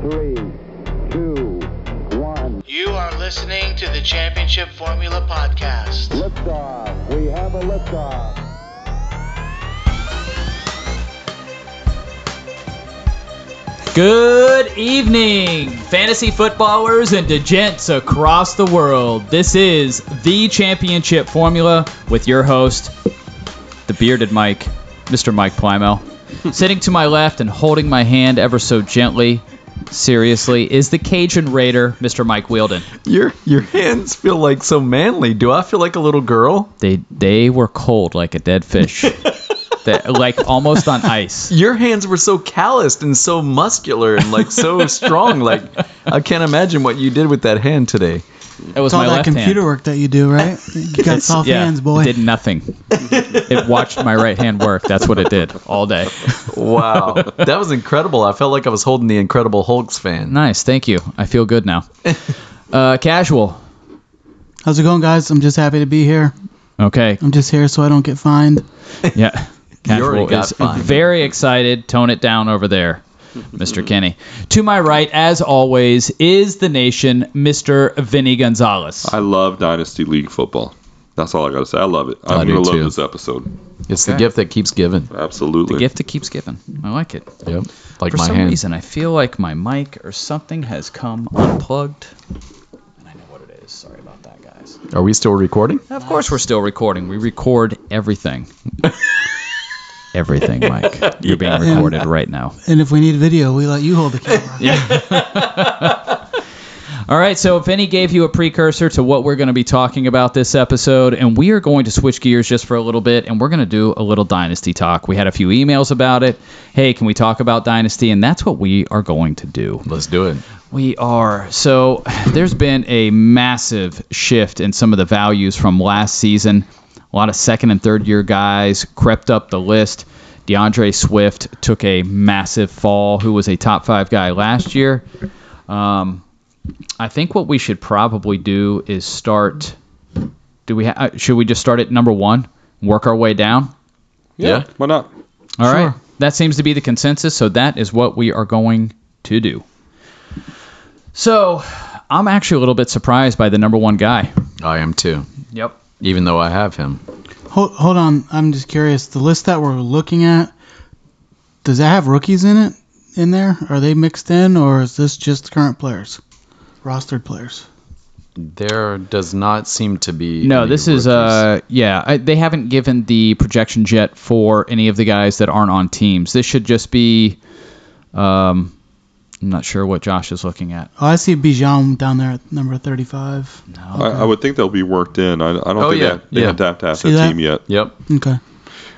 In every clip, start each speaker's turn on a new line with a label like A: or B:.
A: three, two, one.
B: You are listening to the Championship Formula Podcast.
A: Liftoff. We have a liftoff.
C: Good evening, fantasy footballers and degents across the world. This is the championship formula with your host, the bearded Mike, Mr. Mike Plymel. Sitting to my left and holding my hand ever so gently, seriously, is the Cajun Raider, Mr. Mike Wielden.
D: Your your hands feel like so manly. Do I feel like a little girl?
C: They they were cold like a dead fish. That- like almost on ice.
D: Your hands were so calloused and so muscular and like so strong. Like I can't imagine what you did with that hand today.
C: It was
E: It's all
C: my
E: that
C: left hand.
E: computer work that you do, right? You got soft
C: Yeah,
E: hands,
C: It
E: boy.
C: did nothing. it watched my right hand work. That's what it did all day.
D: Wow, that was incredible. I felt like I was holding the Incredible Hulk's fan.
C: Nice. Thank you. I feel good now. Uh, casual.
E: How's it going, guys? I'm just happy to be here.
C: Okay.
E: I'm just here so I don't get fined.
C: Yeah. Casual
D: already got
C: is
D: fined.
C: very excited. Tone it down over there, Mr. Kenny. To my right, as always, is the nation, Mr. Vinny Gonzalez.
F: I love Dynasty League football. That's all I gotta say. I love it. I'm
D: I do
F: gonna love
D: too.
F: this episode.
D: It's the gift that keeps giving.
F: Absolutely.
C: The gift that keeps giving. I like it.
D: Yep, like
C: For
D: my
C: some
D: hand.
C: reason, I feel like my mic or something has come unplugged. And I know what it is. Sorry about that, guys.
D: Are we still recording?
C: Of course, we're still recording. We record everything. everything, Mike. You're being recorded right now.
E: And if we need video, we let you hold the camera.
C: All right, so Vinny gave you a precursor to what we're going to be talking about this episode, and we are going to switch gears just for a little bit, and we're going to do a little Dynasty talk. We had a few emails about it. Hey, can we talk about Dynasty? And that's what we are going to do.
D: Let's do it.
C: We are. So there's been a massive shift in some of the values from last season. A lot of second and third year guys crept up the list. DeAndre Swift took a massive fall, who was a top five guy last year. Um, I think what we should probably do is start. Do we? Ha- uh, should we just start at number one, work our way down?
D: Yeah.
F: Why not?
C: All right. That seems to be the consensus. So that is what we are going to do. So I'm actually a little bit surprised by the number one guy.
D: I am too.
C: Yep.
D: Even though I have him.
E: Hold, hold on. I'm just curious. The list that we're looking at, does that have rookies in it? In there? Are they mixed in, or is this just current players, rostered players?
D: There does not seem to be.
C: No,
D: any
C: this is
D: rookies.
C: uh yeah. I, they haven't given the projections yet for any of the guys that aren't on teams. This should just be. Um, I'm not sure what Josh is looking at.
E: Oh, I see Bijan down there at number 35.
F: I, I would think they'll be worked in. I, I don't
D: Oh,
F: think
D: yeah,
F: that they
D: yeah.
F: have to have to ask
E: See
F: that,
E: that?
F: team yet.
D: Yep.
E: Okay.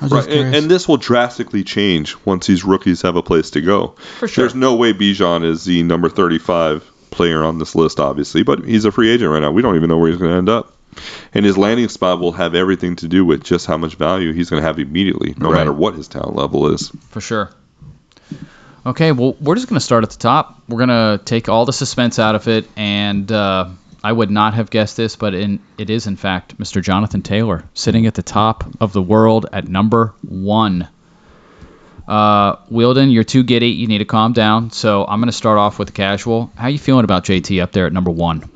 E: I was
F: Right.
E: just curious.
F: And, and this will drastically change once these rookies have a place to go. For
C: sure.
F: There's no way Bijan is the number 35 player on this list, obviously, but he's a free agent right now. We don't even know where he's going to end up. And his landing spot will have everything to do with just how much value he's going to have immediately, no
D: Right.
F: matter what his talent level is.
C: For sure. Okay, well, we're just going to start at the top. We're going to take all the suspense out of it, and uh, I would not have guessed this, but in, it is, in fact, Mr. Jonathan Taylor sitting at the top of the world at number one. Uh, Wielden, you're too giddy. You need to calm down. So I'm going to start off with casual. How you feeling about JT up there at number one?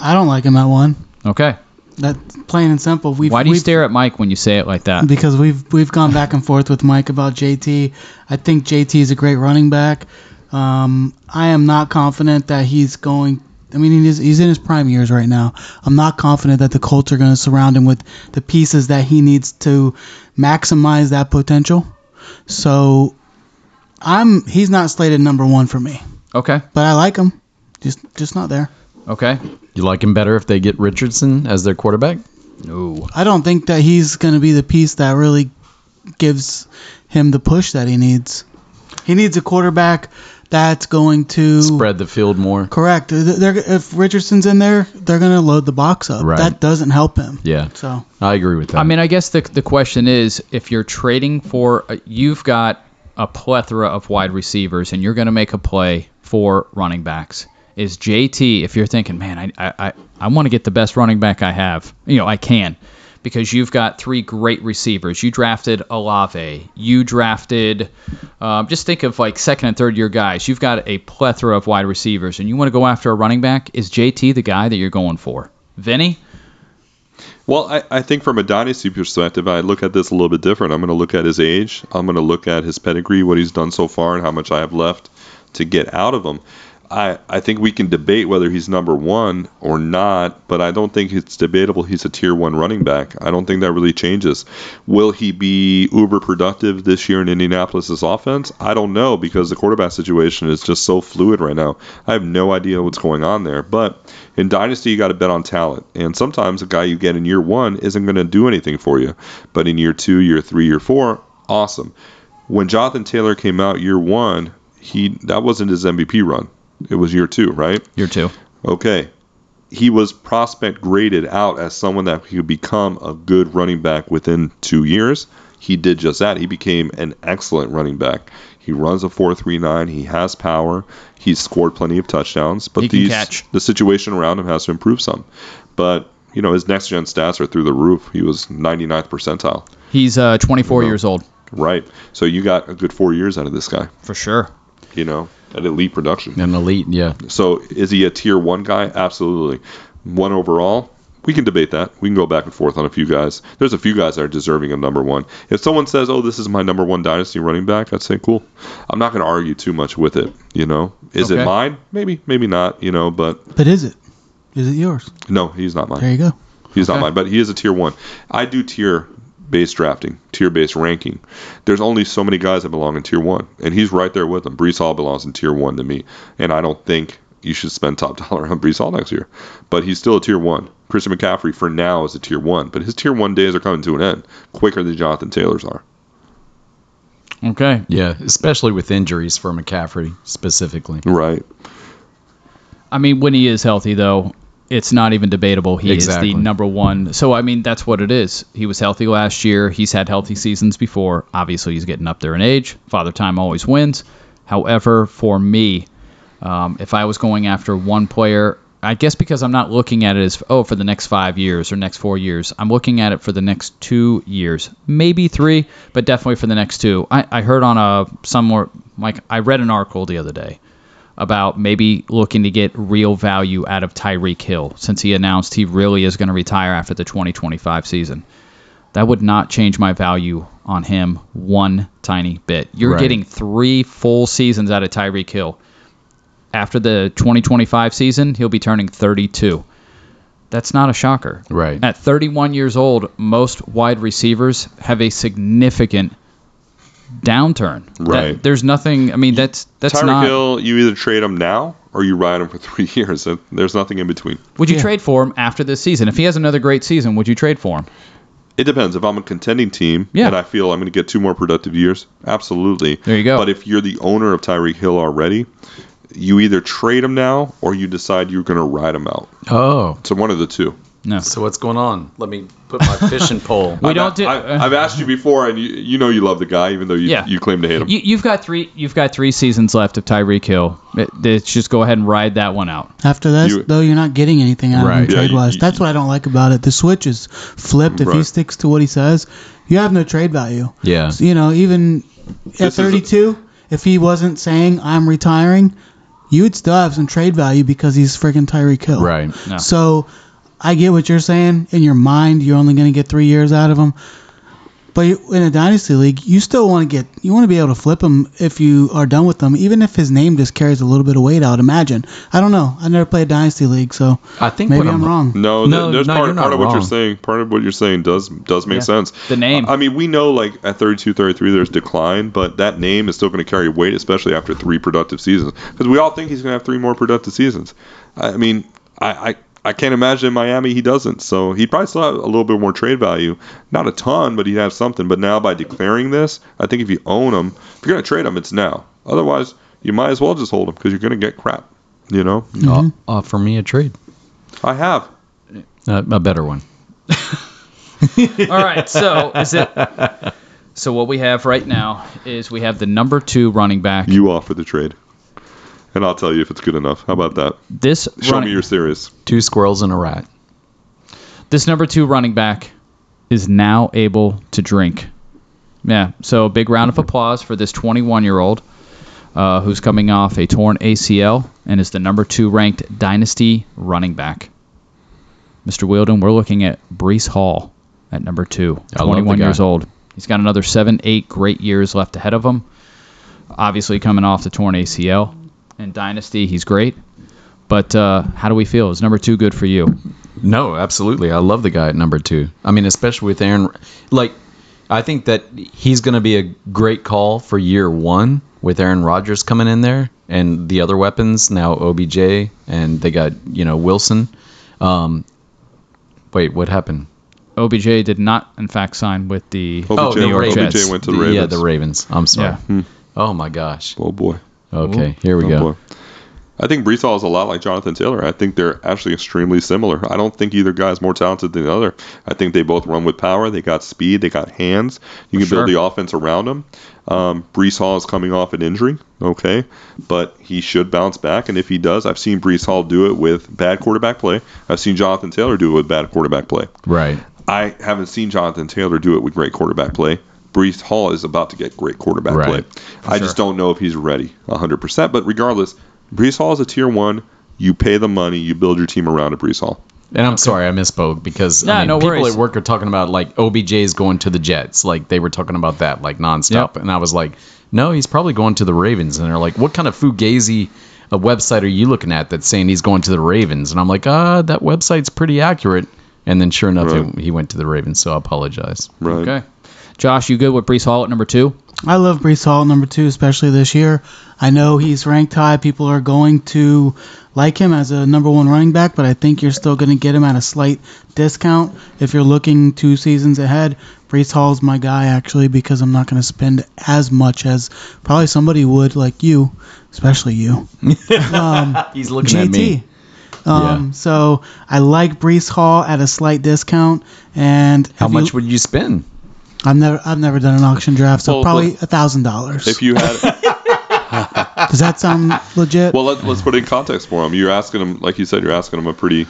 E: I don't like him at one.
C: Okay.
E: That's plain and simple. We've,
C: Why do you
E: we've-
C: stare at Mike when you say it like that?
E: because we've we've gone back and forth with Mike about JT. I think JT is a great running back. Um, I am not confident that he's going. I mean, he's, he's in his prime years right now. I'm not confident that the Colts are going to surround him with the pieces that he needs to maximize that potential. So, I'm he's not slated number one for me,
C: Okay.
E: but I like him. Just just not there.
C: Okay.
D: You like him better if they get Richardson as their quarterback?
C: No.
E: I don't think that he's going to be the piece that really gives him the push that he needs. He needs a quarterback that's going to
D: Spread the field more.
E: Correct. They're, if Richardson's in there, they're going to load the box up.
D: Right.
E: That doesn't help him.
D: Yeah.
E: So
D: I agree with that.
C: I mean, I guess the the question is, if you're trading for, uh, you've got a plethora of wide receivers, and you're going to make a play for running backs. Is JT? If you're thinking, man, I I I, I want to get the best running back I have, you know, I can. because you've got three great receivers. You drafted Alave. You drafted, um, just think of like second and third year guys. You've got a plethora of wide receivers, and you want to go after a running back. Is JT the guy that you're going for? Vinny?
F: Well, I, I think from a dynasty perspective, I look at this a little bit different. I'm going to look at his age. I'm going to look at his pedigree, what he's done so far, and how much I have left to get out of him. I, I think we can debate whether he's number one or not, but I don't think it's debatable he's a tier one running back. I don't think that really changes. Will he be uber productive this year in Indianapolis's offense? I don't know because the quarterback situation is just so fluid right now. I have no idea what's going on there. But in Dynasty, you got to bet on talent. And sometimes a guy you get in year one isn't going to do anything for you. But in year two, year three, year four, awesome. When Jonathan Taylor came out year one, he that wasn't his MVP run. It was year two, right?
C: You're two.
F: Okay. He was prospect graded out as someone that could become a good running back within two years. He did just that. He became an excellent running back. He runs a 4.39. He has power. He's scored plenty of touchdowns. But
C: He can
F: these,
C: catch.
F: the situation around him has to improve some. But, you know, his next gen stats are through the roof. He was 99th percentile.
C: He's uh, 24 years old,
F: Right. So you got a good four years out of this guy,
C: for sure.
F: you know, at elite production.
D: An elite, yeah.
F: So is he a tier one guy? Absolutely. One overall? We can debate that. We can go back and forth on a few guys. There's a few guys that are deserving of number one. If someone says, "Oh, this is my number one dynasty running back," I'd say, "Cool." I'm not going to argue too much with it. You know, is
C: Okay.
F: it mine? Maybe, maybe not. You know, but
E: But is it? Is it yours?
F: no, he's not mine.
E: There you go.
F: He's
C: Okay.
F: not mine, but he is a tier one. I do tier based drafting, tier based ranking. There's only so many guys that belong in tier one, and he's right there with them. Brees Hall belongs in tier one to me, and I don't think you should spend top dollar on Brees Hall next year. But he's still a tier one. Christian McCaffrey for now is a tier one, but his tier one days are coming to an end quicker than Jonathan Taylor's are.
C: Okay.
D: Yeah, especially with injuries for McCaffrey specifically.
F: Right.
C: I mean, when he is healthy, though, it's not even debatable. He
D: Exactly.
C: is the number one. So, I mean, that's what it is. He was healthy last year. He's had healthy seasons before. Obviously, he's getting up there in age. Father time always wins. However, for me, um, if I was going after one player, I guess because I'm not looking at it as, oh, for the next five years or next four years. I'm looking at it for the next two years, maybe three, but definitely for the next two. I, I heard on a somewhere, like, I read an article the other day about maybe looking to get real value out of Tyreek Hill since he announced he really is going to retire after the 2025 season. That would not change my value on him one tiny bit. You're
D: Right.
C: getting three full seasons out of Tyreek Hill. After the 2025 season, he'll be turning 32. That's not a shocker.
D: Right.
C: At 31 years old, most wide receivers have a significant downturn. That-
F: Right.
C: there's nothing. I mean, that's that's
F: Tyreek
C: not.
F: Hill, you either trade him now or you ride him for three years. There's nothing in between.
C: Would you
E: Yeah.
C: trade for him after this season? If he has another great season, would you trade for him?
F: It depends. If I'm a contending team
C: Yeah.
F: and I feel I'm going to get two more productive years, absolutely.
C: There you go.
F: But if you're the owner of Tyreek Hill already, you either trade him now or you decide you're going to ride him out.
D: Oh,
F: So one of the two.
C: No.
D: so what's going on? Let me put my fishing pole.
C: We don't do. uh,
F: I, I've asked you before, and you, you know you love the guy, even though you,
C: Yeah.
F: you claim to hate him.
C: you, you've got three. You've got three seasons left of Tyreek Hill. It- it's just go ahead and ride that one out.
E: After this,
F: You-
E: though, you're not getting anything out
D: Right.
E: of him
F: Yeah, you-
E: trade wise.
F: you-
E: That's what I don't like about it. The switch is flipped. If he
F: Right.
E: sticks to what he says, you have no trade value.
D: Yeah.
E: So, you know, even at
F: is a-
E: 32, if he wasn't saying I'm retiring, you would still have some trade value because he's freaking Tyreek Hill.
D: Right.
C: No.
E: So I get what you're saying. In your mind, you're only going to get three years out of him. But you- in a dynasty league, you still want to get you want to be able to flip him if you are done with him, even if his name just carries a little bit of weight. I would imagine. I don't know. I never played dynasty league, so
D: I think
E: maybe
D: what
E: I'm wrong.
F: No, th-
D: No,
F: there's
D: no,
F: part,
D: you're not
F: part of what you're
D: wrong.
F: saying. Part of what you're saying does does make sense.
C: The name.
F: I, I mean, we know like at 32, 33, there's decline, but that name is still going to carry weight, especially after three productive seasons, because we all think he's going to have three more productive seasons. I, I mean, I. I I can't imagine in Miami he doesn't. So he'd probably still have a little bit more trade value. Not a ton, but he'd have something. But now by declaring this, I think if you own him, if you're going to trade him, it's now. Otherwise, you might as well just hold him because you're going to get crap. You know?
D: Uh, offer me a trade,
F: I have.
D: uh, a better one.
C: All right. So is it? So what we have right now is we have the number two running back.
F: You offer the trade. And I'll tell you if it's good enough. How about that?
C: this
F: Show
C: running,
F: me you're serious.
D: Two squirrels and a rat.
C: this number two running back is now able to drink. Yeah. So a big round of applause for this 21 year old uh, who's coming off a torn ACL and is the number two ranked dynasty running back. Mr. Wielden, we're looking at Brees Hall at number two,
D: I love the
C: 21
D: guy.
C: years old. He's got another seven, eight great years left ahead of him. Obviously, coming off the torn ACL in Dynasty, he's great. But uh, how do we feel? Is number two good for you?
D: No, absolutely. I love the guy at number two. I mean, especially with Aaron. Like, I think that he's going to be a great call for year one with Aaron Rodgers coming in there and the other weapons now OBJ and they got you know Wilson. Um, wait, what happened?
C: OBJ did not, in fact, sign with the.
D: Oh,
F: OBJ,
D: the
F: went,
C: Jets.
F: OBJ went to the
D: The-
F: Ravens.
D: Yeah, the Ravens. I'm sorry.
C: Yeah.
D: Oh my gosh.
F: Oh boy.
D: Okay, here we
F: Oh,
D: go.
F: boy. I think Brees Hall is a lot like Jonathan Taylor. I think they're actually extremely similar. I don't think either guy is more talented than the other. I think they both run with power. They got speed. They got hands. You can build
C: sure.
F: the offense around them. Um, Brees Hall is coming off an injury, okay, but he should bounce back. And if he does, I've seen Brees Hall do it with bad quarterback play. I've seen Jonathan Taylor do it with bad quarterback play.
D: Right.
F: I haven't seen Jonathan Taylor do it with great quarterback play. Brees Hall is about to get great quarterback
D: Right.
F: play. I just don't know if he's ready 100%. But regardless, Brees Hall is a tier one. You pay the money, you build your team around a Brees Hall.
D: And I'm sorry I misspoke because
C: Nah,
D: I mean,
C: no
D: people
C: worries.
D: at work are talking about like OBJ's going to the Jets. Like they were talking about that like nonstop.
C: Yep.
D: And I was like, no, he's probably going to the Ravens. And they're like, what kind of fugazi uh, website are you looking at that's saying he's going to the Ravens? And I'm like, ah, that website's pretty accurate. And then sure enough,
F: Right.
D: he, he went to the Ravens. So I apologize.
F: Right.
C: Okay. Josh, you good with Brees Hall at number two?
E: I love Brees Hall at number two, especially this year. I know he's ranked high. People are going to like him as a number one running back, but I think you're still going to get him at a slight discount if you're looking two seasons ahead. Brees Hall's my guy actually because I'm not going to spend as much as probably somebody would like you, especially you.
D: He's looking at
E: GT.
D: me.
E: Um,
D: Yeah.
E: So I like Brees Hall at a slight discount, and
D: How
E: if
D: much
E: you-
D: would you spend?
E: I've never I've never done an auction draft, so
F: Well,
E: probably
F: well,
E: a thousand dollars.
F: If you had,
E: Does that sound legit?
F: well, let, let's put it in context for him. You're asking him, like you said, you're asking him a pretty,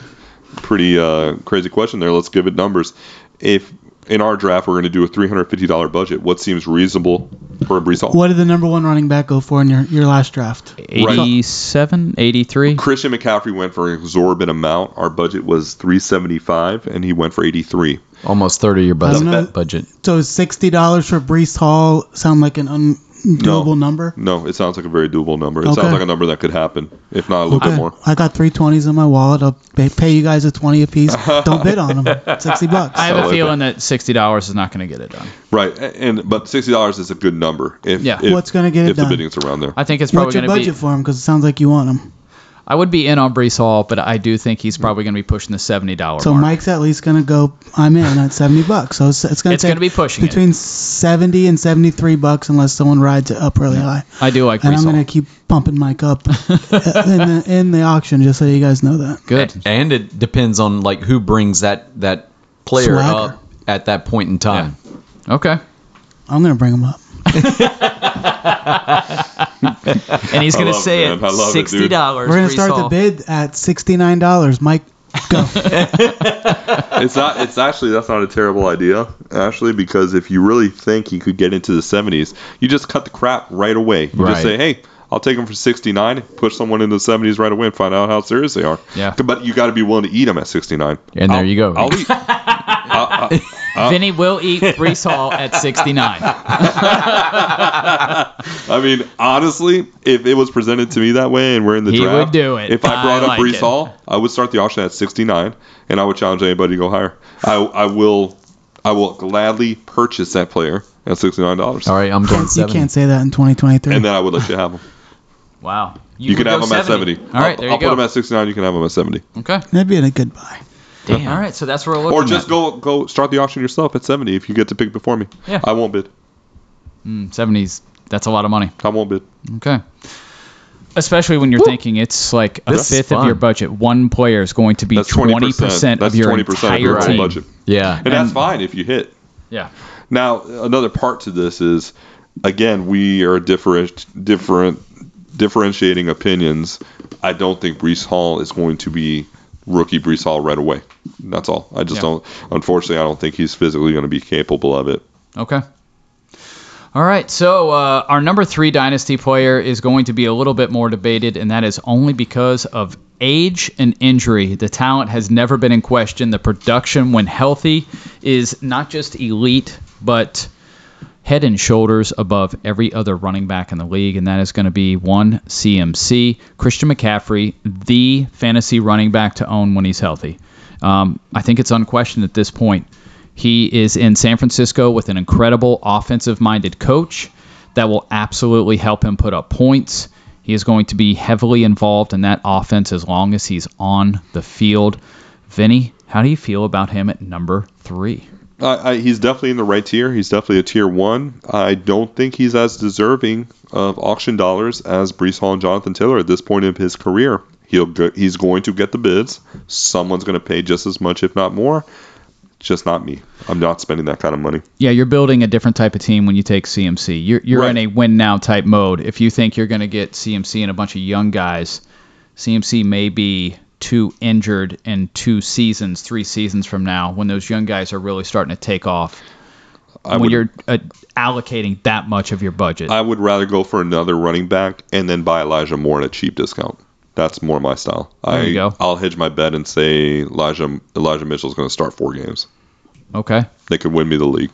F: pretty uh, crazy question there. Let's give it numbers. If in our draft we're going to do a $350 budget, what seems reasonable for a Brees Hall?
E: What did the number one running back go for in your, your last draft?
C: 87, 83?
F: Christian McCaffrey went for an exorbitant amount. Our budget was 375 and he went for 83.
D: Almost 30 your budget.
E: know.
D: budget.
E: So is sixty dollars for Brees Hall sound like an undoable
F: No.
E: number?
F: No, it sounds like a very doable number. It
E: Okay.
F: sounds like a number that could happen, if not a little bit more.
E: I got three twenties in my wallet. I'll pay, pay you guys a twenty apiece. Don't bid on them. Sixty bucks.
C: I have a
F: like
C: feeling that $60 is not going to get it done.
F: Right. a- And but $60 is a good number if
C: Yeah.
F: if-
E: What's gonna get it
F: if
E: done?
F: the bidding's around there.
C: I think it's probably
E: What's your
C: going to
E: budget
C: be.
E: for him? Because it sounds like you want him.
C: I would be in on Brees Hall, but I do think he's probably going to be pushing the $70
E: So
C: mark.
E: Mike's at least gonna go. I'm in at seventy bucks. So it's, it's gonna
C: It's
E: take
C: gonna be pushing it.
E: between seventy and seventy three bucks unless someone rides it up really high.
C: I do like
E: and
C: Brees
E: I'm
C: Hall.
E: gonna keep pumping Mike up in the in the auction just so you guys know that.
C: Good.
D: A- And it depends on like who brings that, that player
E: Swagger.
D: up at that point in time.
C: Okay.
E: I'm gonna bring him up.
C: And he's
F: I
C: going to
F: love it,
C: say
F: man.
C: it.
F: I love it, dude.
C: $60. dollars
E: We're gonna start the bid at sixty nine dollars. Mike, go.
F: it's not it's actually that's not a terrible idea, actually, because if you really think he could get into the 70s, you just cut the crap right away. You
D: Right.
F: just say, "Hey, I'll take him for 69, push someone in the 70s right away and find out how serious they are."
C: Yeah.
F: But you got to be willing to eat him at 69.
D: And there you go.
F: I'll eat
C: Vinny will eat Brees Hall at 69.
F: I mean, honestly, if it was presented to me that way and we're in the
C: He
F: draft,
C: would do it.
F: If I brought
C: I
F: up
C: like
F: Brees
C: it.
F: Hall, I would start the auction at 69, and I would challenge anybody to go higher. I, I will, I will gladly purchase that player at 69 dollars,
D: All right, I'm going
E: you
D: seven.
E: can't say that in 2023.
F: and then I would let you have him.
C: Wow.
F: You, can
C: would
F: have
C: go
F: him at 70.
C: All right,
F: I'll,
C: there you
F: I'll
C: go.
F: put him at 69. You can have him at 70,
C: okay.
E: That'd be a good buy.
C: Damn. All right, so that's where we're looking
F: or just
C: at.
F: go go start the auction yourself at 70 if you get to pick before me.
C: Yeah.
F: I won't bid.
C: 70s. Mm, That's a lot of money.
F: I won't bid.
C: Okay. Especially when you're thinking it's like a
D: This is
C: fifth of
D: fun.
C: your budget. One player is going to be
F: That's
C: 20%,
F: 20 percent.
C: of
F: That's
C: your
F: 20
C: entire
F: percent of your
C: team.
F: whole budget,
D: Yeah.
F: and that's fine if you hit.
C: Yeah.
F: Now, another part to this is, again, we are different, different, differentiating opinions. I don't think Brees Hall is going to be rookie Brees Hall right away. That's all. I just
C: Yeah.
F: don't. Unfortunately, I don't think he's physically going to be capable of it.
C: Okay. All right. So uh, our number three dynasty player is going to be a little bit more debated, and that is only because of age and injury. The talent has never been in question. The production, when healthy, is not just elite, but head and shoulders above every other running back in the league, and that is going to be one CMC, Christian McCaffrey, the fantasy running back to own when he's healthy. Um, I think it's unquestioned at this point. He is in San Francisco with an incredible offensive minded coach that will absolutely help him put up points. He is going to be heavily involved in that offense as long as he's on the field. Vinny, how do you feel about him at number three?
F: I, I, he's definitely in the right tier. He's definitely a tier one. I don't think he's as deserving of auction dollars as Brees Hall and Jonathan Taylor at this point of his career. He'll go, he's going to get the bids. Someone's going to pay just as much, if not more. Just not me. I'm not spending that kind of money.
C: Yeah, you're building a different type of team when you take CMC. You're, you're
F: Right.
C: in a win now type mode. If you think you're going to get CMC and a bunch of young guys, CMC may be too injured in two seasons, three seasons from now when those young guys are really starting to take off.
F: I
C: when
F: would,
C: you're uh, allocating that much of your budget.
F: I would rather go for another running back and then buy Elijah Moore at a cheap discount. That's more my style. I,
C: you go.
F: I'll hedge my bet and say Elijah Elijah Mitchell's going to start four games.
C: okay.
F: They could win me the league.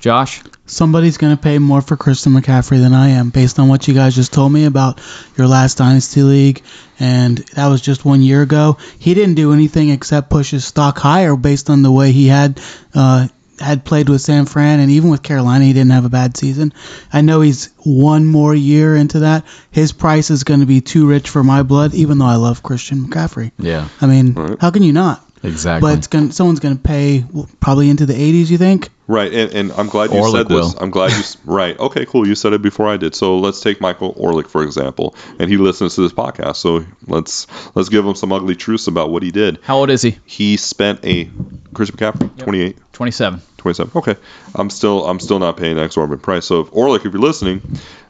C: Josh?
E: Somebody's going to pay more for Christian McCaffrey than I am based on what you guys just told me about your last Dynasty League. And that was just one year ago. He didn't do anything except push his stock higher based on the way he had. Uh, had played with San Fran and even with Carolina, he didn't have a bad season. I know he's one more year into that. His price is going to be too rich for my blood, even though I love Christian McCaffrey.
D: Yeah,
E: I mean,
F: Right.
E: how can you not?
D: exactly.
E: But it's gonna, someone's going to pay well, probably into the 80s, you think?
F: Right, and, and I'm glad you
D: Orlick
F: said this.
D: will.
F: I'm glad you. s- right, okay, cool. You said it before I did. So let's take Michael Orlick for example, and he listens to this podcast. So let's let's give him some ugly truths about what he did.
C: How old is he?
F: He spent a Christian McCaffrey, 28,
C: 27.
F: 27. Okay, I'm still I'm still not paying that exorbitant price. So if Orlick, if you're listening,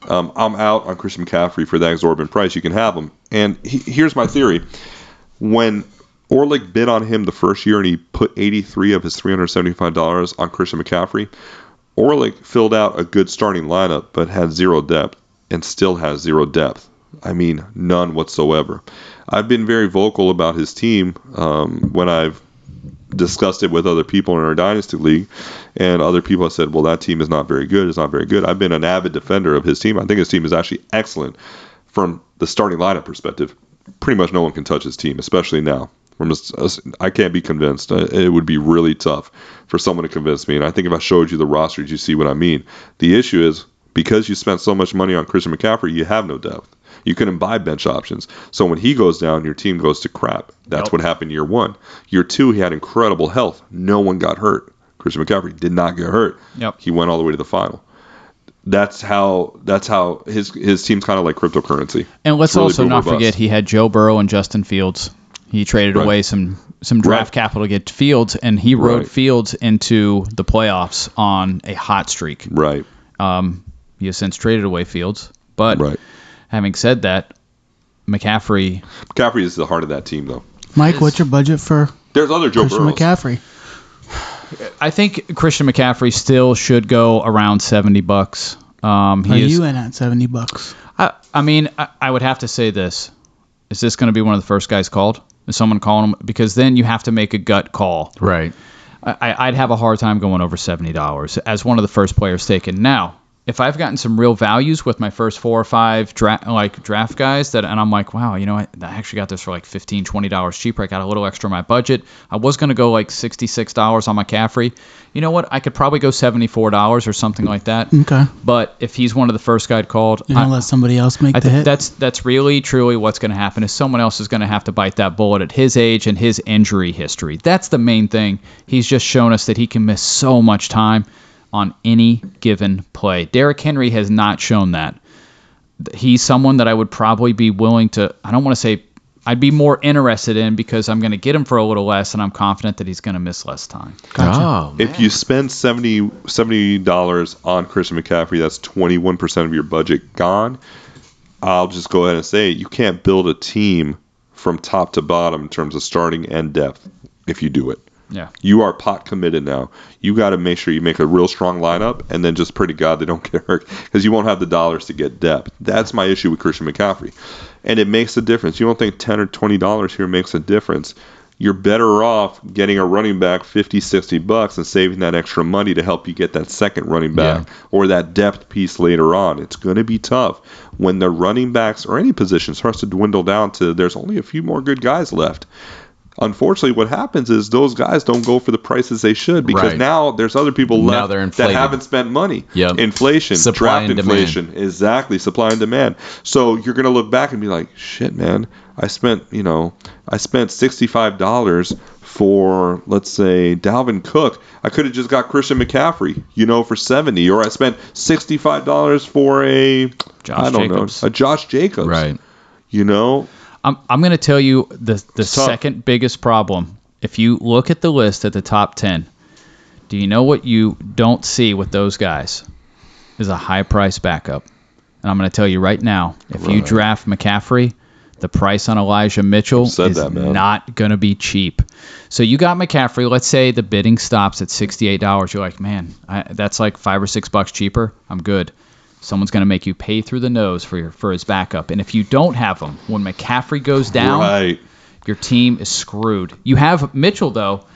F: um, I'm out on Christian McCaffrey for that exorbitant price. You can have him. And he, here's my theory: when Orlick bid on him the first year and he put 83 of his 375 dollars on Christian McCaffrey, Orlick filled out a good starting lineup but had zero depth and still has zero depth. I mean, none whatsoever. I've been very vocal about his team um, when I've discussed it with other people in our dynasty league, and other people have said, "Well, that team is not very good. It's not very good." I've been an avid defender of his team. I think his team is actually excellent from the starting lineup perspective. Pretty much no one can touch his team, especially now. From us- I can't be convinced. Uh, It would be really tough for someone to convince me. And I think if I showed you the rosters, you see what I mean. The issue is because you spent so much money on Christian McCaffrey, you have no depth. You couldn't buy bench options. So when he goes down, your team goes to crap. That's
C: Yep.
F: what happened year one. Year two, he had incredible health. No one got hurt. Christian McCaffrey did not get hurt.
C: Yep.
F: He went all the way to the final. That's how that's how his his team's kind of like cryptocurrency.
C: And let's
F: It's really
C: also
F: boom or
C: not
F: bust.
C: forget he had Joe Burrow and Justin Fields. He traded
F: Right.
C: away some some draft
F: Right.
C: capital to get Fields, and he rode
F: Right.
C: Fields into the playoffs on a hot streak.
F: Right.
C: Um, he has since traded away Fields, but
F: Right.
C: having said that, McCaffrey
F: McCaffrey is the heart of that team, though.
E: Mike, what's your budget for
F: There's other Joe
E: Christian
F: Burrows.
E: McCaffrey?
C: I think Christian McCaffrey still should go around seventy bucks. Um, he
E: Are
C: is,
E: you in at 70 bucks?
C: I, I mean, I, I would have to say this: Is this going to be one of the first guys called? Is someone calling him? Because then you have to make a gut call.
D: right.
C: I, I'd have a hard time going over seventy dollars as one of the first players taken. Now, if I've gotten some real values with my first four or five draft like draft guys that, and I'm like, wow, you know, I, I actually got this for like 15 dollars cheaper. I got a little extra in my budget. I was gonna go like sixty six dollars on McCaffrey. You know what? I could probably go seventy four dollars or something like that.
E: Okay.
C: But if he's one of the first guy called,
E: You're going
C: I-
E: to let somebody else make
C: I
E: the
C: think
E: hit?
C: that's that's really truly what's going to happen is someone else is going to have to bite that bullet at his age and his injury history. That's the main thing. He's just shown us that he can miss so much time on any given play. Derrick Henry has not shown that. He's someone that I would probably be willing to. I don't want to say I'd be more interested in because I'm going to get him for a little less and I'm confident that he's going to miss less time.
D: Gotcha.
F: If you spend 70 dollars on Christian McCaffrey, that's twenty one percent of your budget gone. I'll just go ahead and say it, you can't build a team from top to bottom in terms of starting and depth if you do it.
C: Yeah.
F: You are pot committed now. You got to make sure you make a real strong lineup, and then just pray to God they don't get hurt because you won't have the dollars to get depth. That's my issue with Christian McCaffrey, and it makes a difference. You don't think ten or twenty dollars here makes a difference. You're better off getting a running back 50, 60 bucks and saving that extra money to help you get that second running back or that depth piece later on. It's going to be tough when the running backs or any position starts to dwindle down to there's only a few more good guys left unfortunately, what happens is those guys don't go for the prices they should because
D: Right.
F: now there's other people
D: Now
F: left
D: they're
F: that
D: inflated.
F: haven't spent money.
D: Yep.
F: Inflation,
D: Supply
F: draft
D: and demand.
F: inflation, exactly. Supply and demand. So you're gonna look back and be like, shit, man, I spent, you know, I spent sixty-five dollars for let's say Dalvin Cook. I could have just got Christian McCaffrey, you know, for seventy, or I spent sixty-five dollars for a
C: Josh
F: I don't
C: Jacobs.
F: know, a Josh Jacobs,
D: Right.
F: You know,
C: I'm, I'm going to tell you the, the
F: tough.
C: second biggest problem. If you look at the list at the top 10, do you know what you don't see with those guys? Is a high price backup. And I'm going to tell you right now if you draft McCaffrey, the price on Elijah Mitchell
F: said
C: is
F: that, man.
C: not going to be cheap. So you got McCaffrey. Let's say the bidding stops at $68. You're like, man, I, that's like five or six bucks cheaper. I'm good. Someone's going to make you pay through the nose for your for his backup. And if you don't have him when McCaffrey goes down,
F: right?
C: your team is screwed. You have Mitchell though,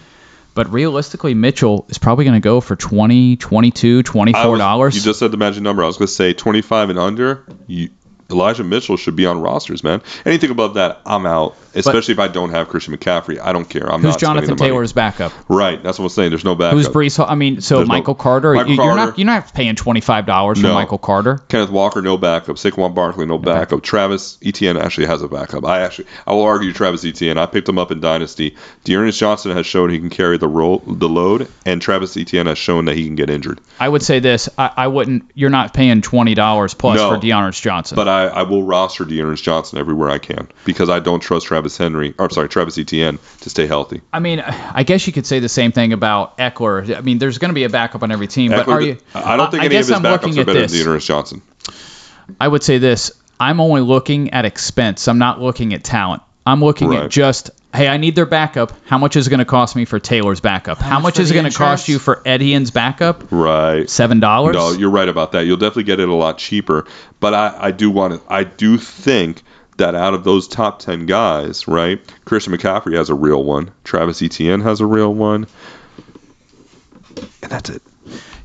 C: but realistically Mitchell is probably going to go for 20, 22,
F: I was-
C: 24 dollars.
F: You just said the magic number. I was going to say 25 and under. You, Elijah Mitchell should be on rosters, man. Anything above that, I'm out. Especially if I don't have Christian McCaffrey, I don't care. I'm
C: Who's
F: not spending
C: Jonathan
F: the money.
C: Taylor's backup?
F: Right. That's what I'm saying. There's no backup.
C: Who's Brees? Hall? I mean, so
F: There's no-
C: Michael Carter.
F: Michael
C: you, you're
F: Carter.
C: not you're not paying twenty five dollars for
F: No.
C: Michael Carter.
F: Kenneth Walker, no backup. Saquon Barkley, no backup. Travis Etienne actually has a backup. I actually, I will argue Travis Etienne. I picked him up in Dynasty. Dearness Johnson has shown he can carry the role, the load, and Travis Etienne has shown that he can get injured.
C: I would say this. I, I wouldn't. You're not paying twenty dollars plus
F: No.
C: for Deontay Johnson.
F: But I, I will roster Dearness Johnson everywhere I can because I don't trust Travis Henry, or I'm sorry, Travis Etienne to stay healthy.
C: I mean, I guess you could say the same thing about Eckler. I mean, there's going to be a backup on every team. but
F: Eckler-
C: are you?
F: I don't think
C: I
F: any of
C: guess
F: his
C: I'm
F: backups
C: looking
F: are
C: at
F: better
C: this.
F: than Dearness Johnson.
C: I would say this. I'm only looking at expense. I'm not looking at talent. I'm looking
F: Right.
C: at just, hey, I need their backup. How much is it going to cost me for Taylor's backup? How,
E: much
C: much,
E: for
C: is it
E: the
C: going to cost
E: insurance?
C: you for Etienne's backup?
F: Right.
C: Seven dollars.
F: No, you're right about that. You'll definitely get it a lot cheaper. But I, I do want to. I do think that out of those top ten guys, right? Christian McCaffrey has a real one. Travis Etienne has a real one. And that's it.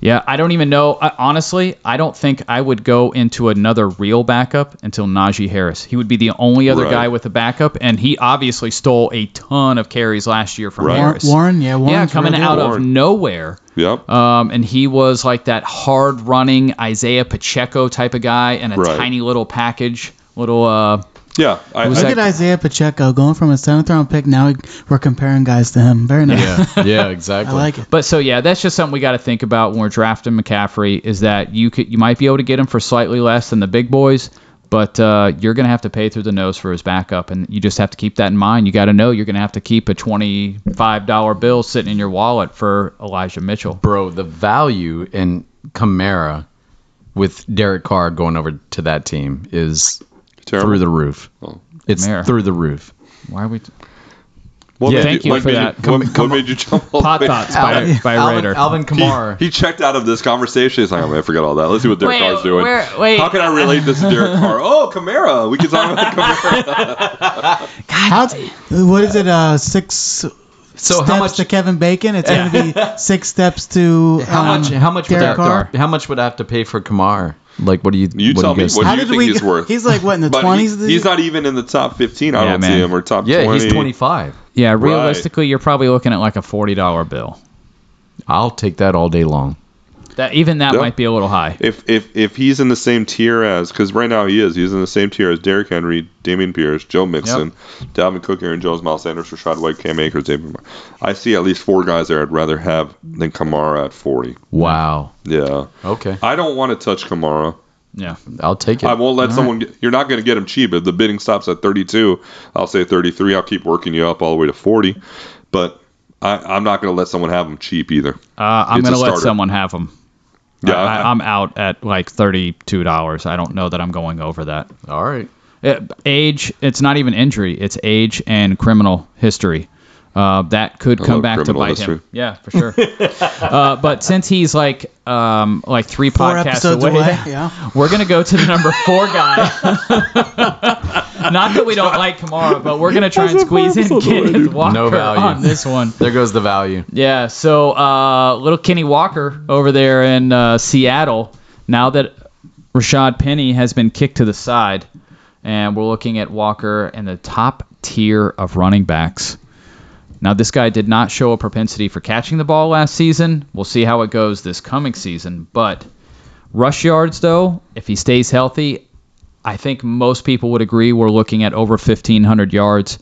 C: Yeah, I don't even know. I, honestly, I don't think I would go into another real backup until Najee Harris. He would be the only other
F: Right.
C: guy with a backup, and he obviously stole a ton of carries last year from
F: Right.
E: Warren,
C: Harris.
E: Warren, yeah, Warren.
C: yeah, coming out of
F: Warren.
C: nowhere.
F: Yep.
C: Um, and he was like that hard running Isaiah Pacheco type of guy in a
F: Right.
C: tiny little package. Little, uh,
F: yeah. I,
C: was
F: I-
E: Look
C: that-
E: at Isaiah Pacheco going from a seventh round pick. Now we- we're comparing guys to him. Very nice.
D: Yeah. Yeah.
E: I
D: Exactly.
E: like it.
C: but so yeah, that's just something we got to think about when we're drafting McCaffrey. Is that you could you might be able to get him for slightly less than the big boys, but uh, you're gonna have to pay through the nose for his backup, and you just have to keep that in mind. You got to know you're gonna have to keep a twenty five dollar bill sitting in your wallet for Elijah Mitchell.
D: bro, the value in Camara with Derek Carr going over to that team is
F: terrible. Oh.
D: through the roof. It's
C: Kamara.
D: through the roof.
C: Why are we
F: What
D: Yeah,
F: made
C: thank you
F: what
C: for
F: made
C: that.
F: what, what made you jump? all
C: pot
F: the way-
C: thoughts by, by
D: Alvin,
C: Raider?
D: Alvin
F: He,
D: Kamara.
F: he checked out of this conversation. He's like, oh, man, I forgot all that. Let's see what
C: Wait,
F: Derek Carr's doing.
C: where- wait.
F: How can I relate this to Derek Carr? Oh, Camara. We can talk about Camara.
E: How? What is it? Uh, six.
D: so
E: steps
D: how much?
E: to Kevin Bacon? It's going to be six steps to um,
D: How much? How much would Derek
E: Derek Carr.
D: Carr? How much would I have to pay for Kamara? Like, what do you?
F: You
D: what
F: tell
D: do
F: me.
D: guys
F: What
D: think?
F: do you
E: did
F: think
E: we-
F: he's worth?
E: He's like what in the
F: But he-
E: twenties?
F: he's not even in the top 15. I
C: Yeah,
F: don't see
C: man.
F: him or top
D: Yeah,
F: 20.
D: he's 25.
C: Yeah, realistically, you're probably looking at like a forty dollar bill.
D: I'll take that all day long.
C: That even that
F: Yeah.
C: might be a little high.
F: If if if he's in the same tier as because right now he is he's in the same tier as Derrick Henry, Damian Pierce, Joe Mixon, Dalvin Cook, Aaron Jones, Miles Sanders, Rashad White, Cam Akers, David. Moore. I see at least four guys there I'd rather have than Kamara at 40.
D: Wow.
F: Yeah,
D: Okay.
F: I don't want to touch Kamara.
C: Yeah.
D: I'll take it.
F: I won't let someone. Get, you're not going to get him cheap. If the bidding stops at 32, I'll say 33. I'll keep working you up all the way to 40, but I, I'm not going to let someone have him cheap either.
C: Uh, I'm
F: It's a
C: gonna let
F: starter.
C: someone have them.
F: Yeah,
C: I,
F: I-
C: I, I'm out at like thirty-two dollars. I don't know that I'm going over that.
D: all right.
C: Uh, age, it's not even injury. It's age and criminal history. Uh, that could come
F: love
C: back to
F: criminal
C: bite
F: history.
C: him. Yeah, for sure. uh, but since he's like um, like three
E: Four
C: podcasts
E: episodes away. Yeah.
C: we're gonna go to the number four guy. Not that we don't like Kamara, but we're gonna try and squeeze in Kenneth Walker
D: No value.
C: on this one.
D: There goes the value.
C: Yeah, so uh, little Kenny Walker over there in uh, Seattle. Now that Rashad Penny has been kicked to the side, and we're looking at Walker in the top tier of running backs. Now, this guy did not show a propensity for catching the ball last season. We'll see how it goes this coming season. But rush yards, though, if he stays healthy, I think most people would agree we're looking at over 1,500 yards.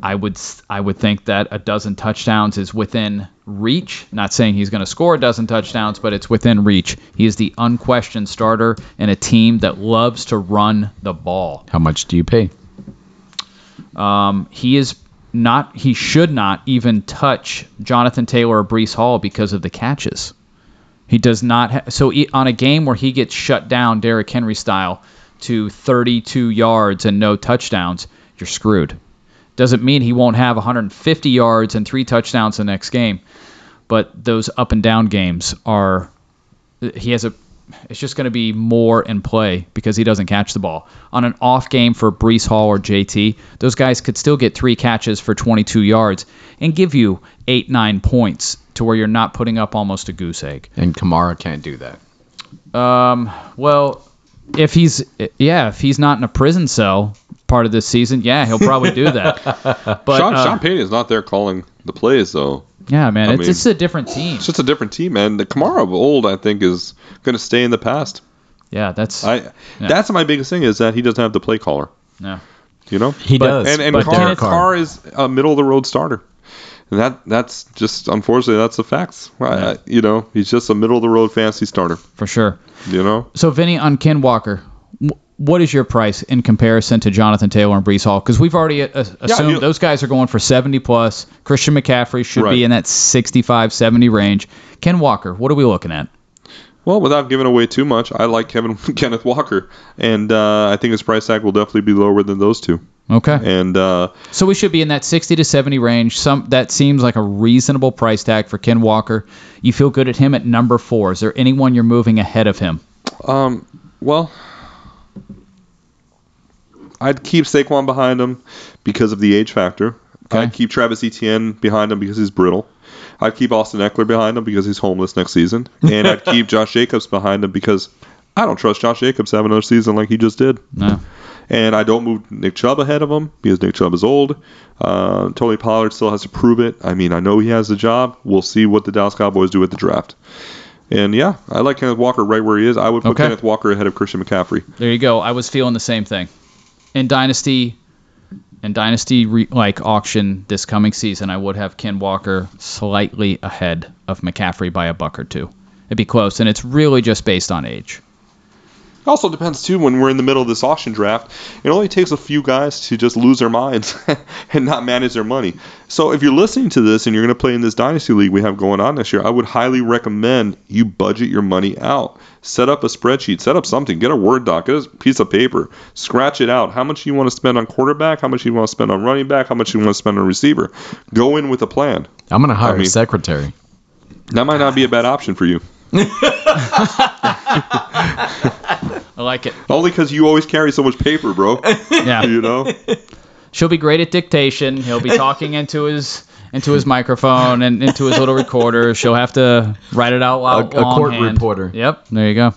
C: I would s- I would think that a dozen touchdowns is within reach. Not saying he's going to score a dozen touchdowns, but it's within reach. He is the unquestioned starter in a team that loves to run the ball.
D: How much do you pay?
C: He is not he should not even touch Jonathan Taylor or Brees Hall because of the catches. He does not ha- so e- on a game where he gets shut down Derrick Henry style to 32 yards and no touchdowns, you're screwed. Doesn't mean he won't have 150 yards and three touchdowns the next game, but those up and down games are he has a it's just going to be more in play because he doesn't catch the ball. On an off game for Brees Hall or JT, those guys could still get three catches for 22 yards and give you eight, nine points to where you're not putting up almost a goose egg.
D: And Kamara can't do that.
C: Well, if he's yeah, if he's not in a prison cell part of this season, yeah, he'll probably do that. But
F: Sean,
C: uh,
F: Sean Payton is not there calling the plays though.
C: yeah, man,
F: I
C: it's,
F: mean-
C: it's a different team.
F: It's just a different team, and the Kamara of old, I think, is going to stay in the past.
C: Yeah, that's
F: I
C: Yeah.
F: that's my biggest thing is that he doesn't have the play caller.
C: yeah.
F: You know,
D: He But- does,
F: And and
C: but
F: Carr,
C: Derek
D: Carr-
F: Carr is a middle of the road starter. And that that's just unfortunately that's the facts. I- I- you know, he's just a middle of the road fantasy starter.
C: for sure.
F: You know,
C: So, Vinny, on Ken Walker, wh- what is your price in comparison to Jonathan Taylor and Brees Hall? Because we've already uh, assumed
F: you-
C: those guys are going for 70 plus. Christian McCaffrey should
F: Right.
C: be in that 65, 70 range. Ken Walker, what are we looking at?
F: well, without giving away too much, I like Kevin Kenneth Walker, and uh, I think his price tag will definitely be lower than those two.
C: Okay.
F: And uh,
C: So we should be in that 60 to 70 range. Some that seems like a reasonable price tag for Ken Walker. You feel good at him at number 4. Is there anyone you're moving ahead of him?
F: um, Well, I'd keep Saquon behind him because of the age factor. I'd keep Travis Etienne behind him because he's brittle. I'd keep Austin Eckler behind him because he's homeless next season, and I'd keep Josh Jacobs behind him because I don't trust Josh Jacobs to have another season like he just did.
C: No.
F: And I don't move Nick Chubb ahead of him because Nick Chubb is old. Uh, Tony Pollard still has to prove it. I mean, I know he has the job. We'll see what the Dallas Cowboys do at the draft. And yeah, I like Kenneth Walker right where he is. I would put
C: Okay.
F: Kenneth Walker ahead of Christian McCaffrey.
C: There you go. I was feeling the same thing. In Dynasty, in Dynasty re- like auction this coming season, I would have Ken Walker slightly ahead of McCaffrey by a buck or two. It'd be close, and it's really just based on age.
F: Also depends too when we're in the middle of this auction draft. It only takes a few guys to just lose their minds and not manage their money. So if you're listening to this and you're going to play in this dynasty league we have going on this year, I would highly recommend you budget your money out. Set up a spreadsheet, set up something, get a word doc, get a piece of paper, scratch it out. How much you want to spend on quarterback, how much you want to spend on running back, how much you want to spend on receiver. Go in with a plan.
D: I'm gonna hire
F: I mean-
D: a secretary.
F: That might not be a bad option for you.
C: I like it.
F: Only because you always carry so much paper, bro.
C: Yeah,
F: You know?
C: she'll be great at dictation. He'll be talking into his into his microphone and into his little recorder. She'll have to write it out loud.
D: A- a court
C: longhand.
D: reporter.
C: Yep. There you go.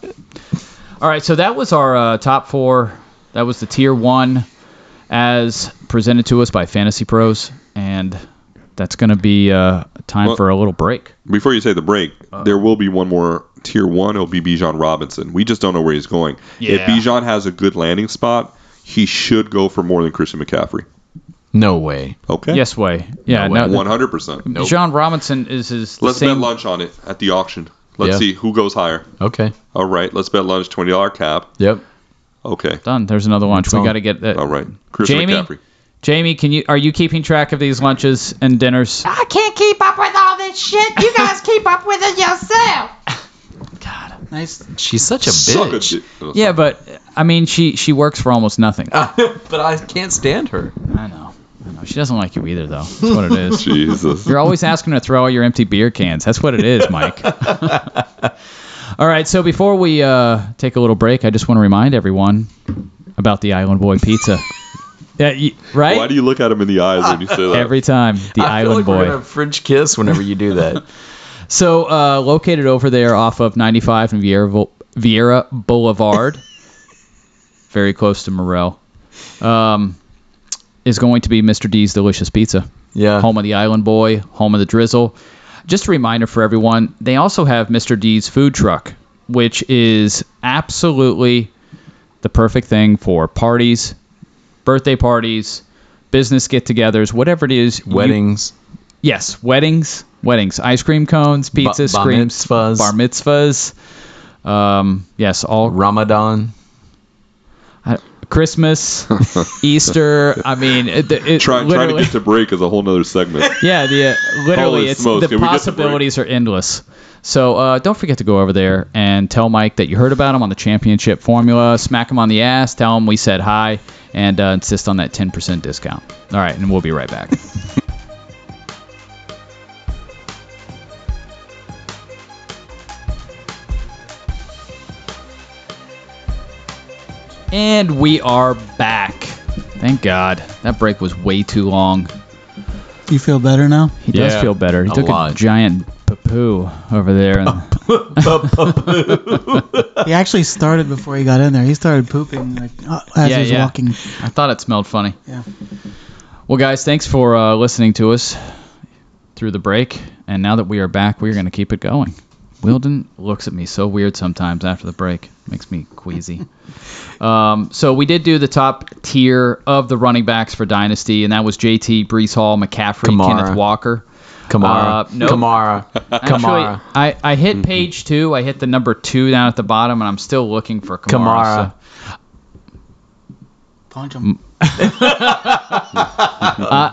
C: All right. So that was our uh, top four. That was the tier one, as presented to us by Fantasy Pros, and that's going to be uh, time
F: Well-
C: for a little break.
F: Before you take the break,
C: Uh-huh.
F: there will be one more tier one. It'll be Bijan Robinson. We just don't know where he's going. If
C: Yeah.
F: Bijan has a good landing spot, he should go for more than Christian McCaffrey.
D: No way.
F: Okay.
C: Yes way. Yeah.
D: No way.
C: No.
F: One hundred percent.
C: John Robinson is his the
F: Let's bet
C: same.
F: lunch on it at the auction. Let's
D: Yeah.
F: see who goes higher.
D: Okay.
F: All right. Let's bet lunch twenty dollar cap.
D: Yep.
F: Okay.
C: Done. There's another lunch.
D: It's
C: We
D: on.
C: got to get uh, that.
F: All right. Christian
C: Jamie?
F: McCaffrey.
C: Jamie, can you are you keeping track of these lunches and dinners?
G: I can't keep up with all this shit. You guys keep up with it yourself.
E: Nice.
D: She's such a
F: Suck a
D: bitch.
F: dick.
D: Ah.
C: Yeah, but I mean, she she works for almost nothing.
D: but I can't stand her.
C: I know. I know, she doesn't like you either, though. That's what it is.
F: Jesus.
C: You're always asking her to throw all your empty beer cans. That's what it is, Mike. all right, so before we uh, take a little break, I just want to remind everyone about the Island Boy Pizza. Yeah, you- right?
F: Why do you look at him in the eyes when you say that?
C: Every time, the
D: I feel
C: Island
D: like
C: Boy.
D: We're gonna French kiss whenever you do that.
C: So uh, located over there off of 95 and Vieira, Vol- Vieira Boulevard, very close to Morel, um, is going to be Mr. D's Delicious Pizza.
D: Yeah.
C: Home of the Island Boy, home of the Drizzle. Just a reminder for everyone, they also have Mr. D's food truck, which is absolutely the perfect thing for parties, birthday parties, business get-togethers, whatever it is. you-
D: Weddings.
C: Yes, weddings, weddings, ice cream cones, pizza,
D: bar
C: screams,
D: mitzvahs.
C: bar mitzvahs. Um, yes, all
D: Ramadan.
C: uh, Christmas, Easter. I mean, it, it
F: Try, trying to
C: literally,
F: get to break is a whole nother segment.
C: yeah, the uh, literally,
F: Holy
C: it's
F: smokes,
C: the
F: can we get some break?
C: possibilities are endless. So uh, don't forget to go over there and tell Mike that you heard about him on the championship formula. Smack him on the ass. Tell him we said hi, and uh, insist on that ten percent discount. All right, and we'll be right back. And we are back. Thank God. That break was way too long.
E: You feel better now?
C: He does
D: Yeah,
C: feel better. He
D: a
C: took a
D: lot. Oh.
C: giant poo over there. And
E: He actually started before he got in there. He started pooping like uh, as
C: Yeah,
E: he was
C: yeah.
E: walking.
C: I thought it smelled funny.
E: Yeah.
C: Well, guys, thanks for uh, listening to us through the break. And now that we are back, we're going to keep it going. Wilden looks at me so weird sometimes after the break. Makes me queasy. um, so we did do the top tier of the running backs for Dynasty, and that was JT, Brees Hall, McCaffrey,
D: Kamara.
C: Kenneth Walker.
D: Kamara.
C: Uh, nope.
D: Kamara.
C: Actually,
D: Kamara. Mm-hmm.
C: I, I hit page two. I hit the number two down at the bottom, and I'm still looking for Kamara.
D: Kamara.
C: so-
E: Punch him.
C: Uh,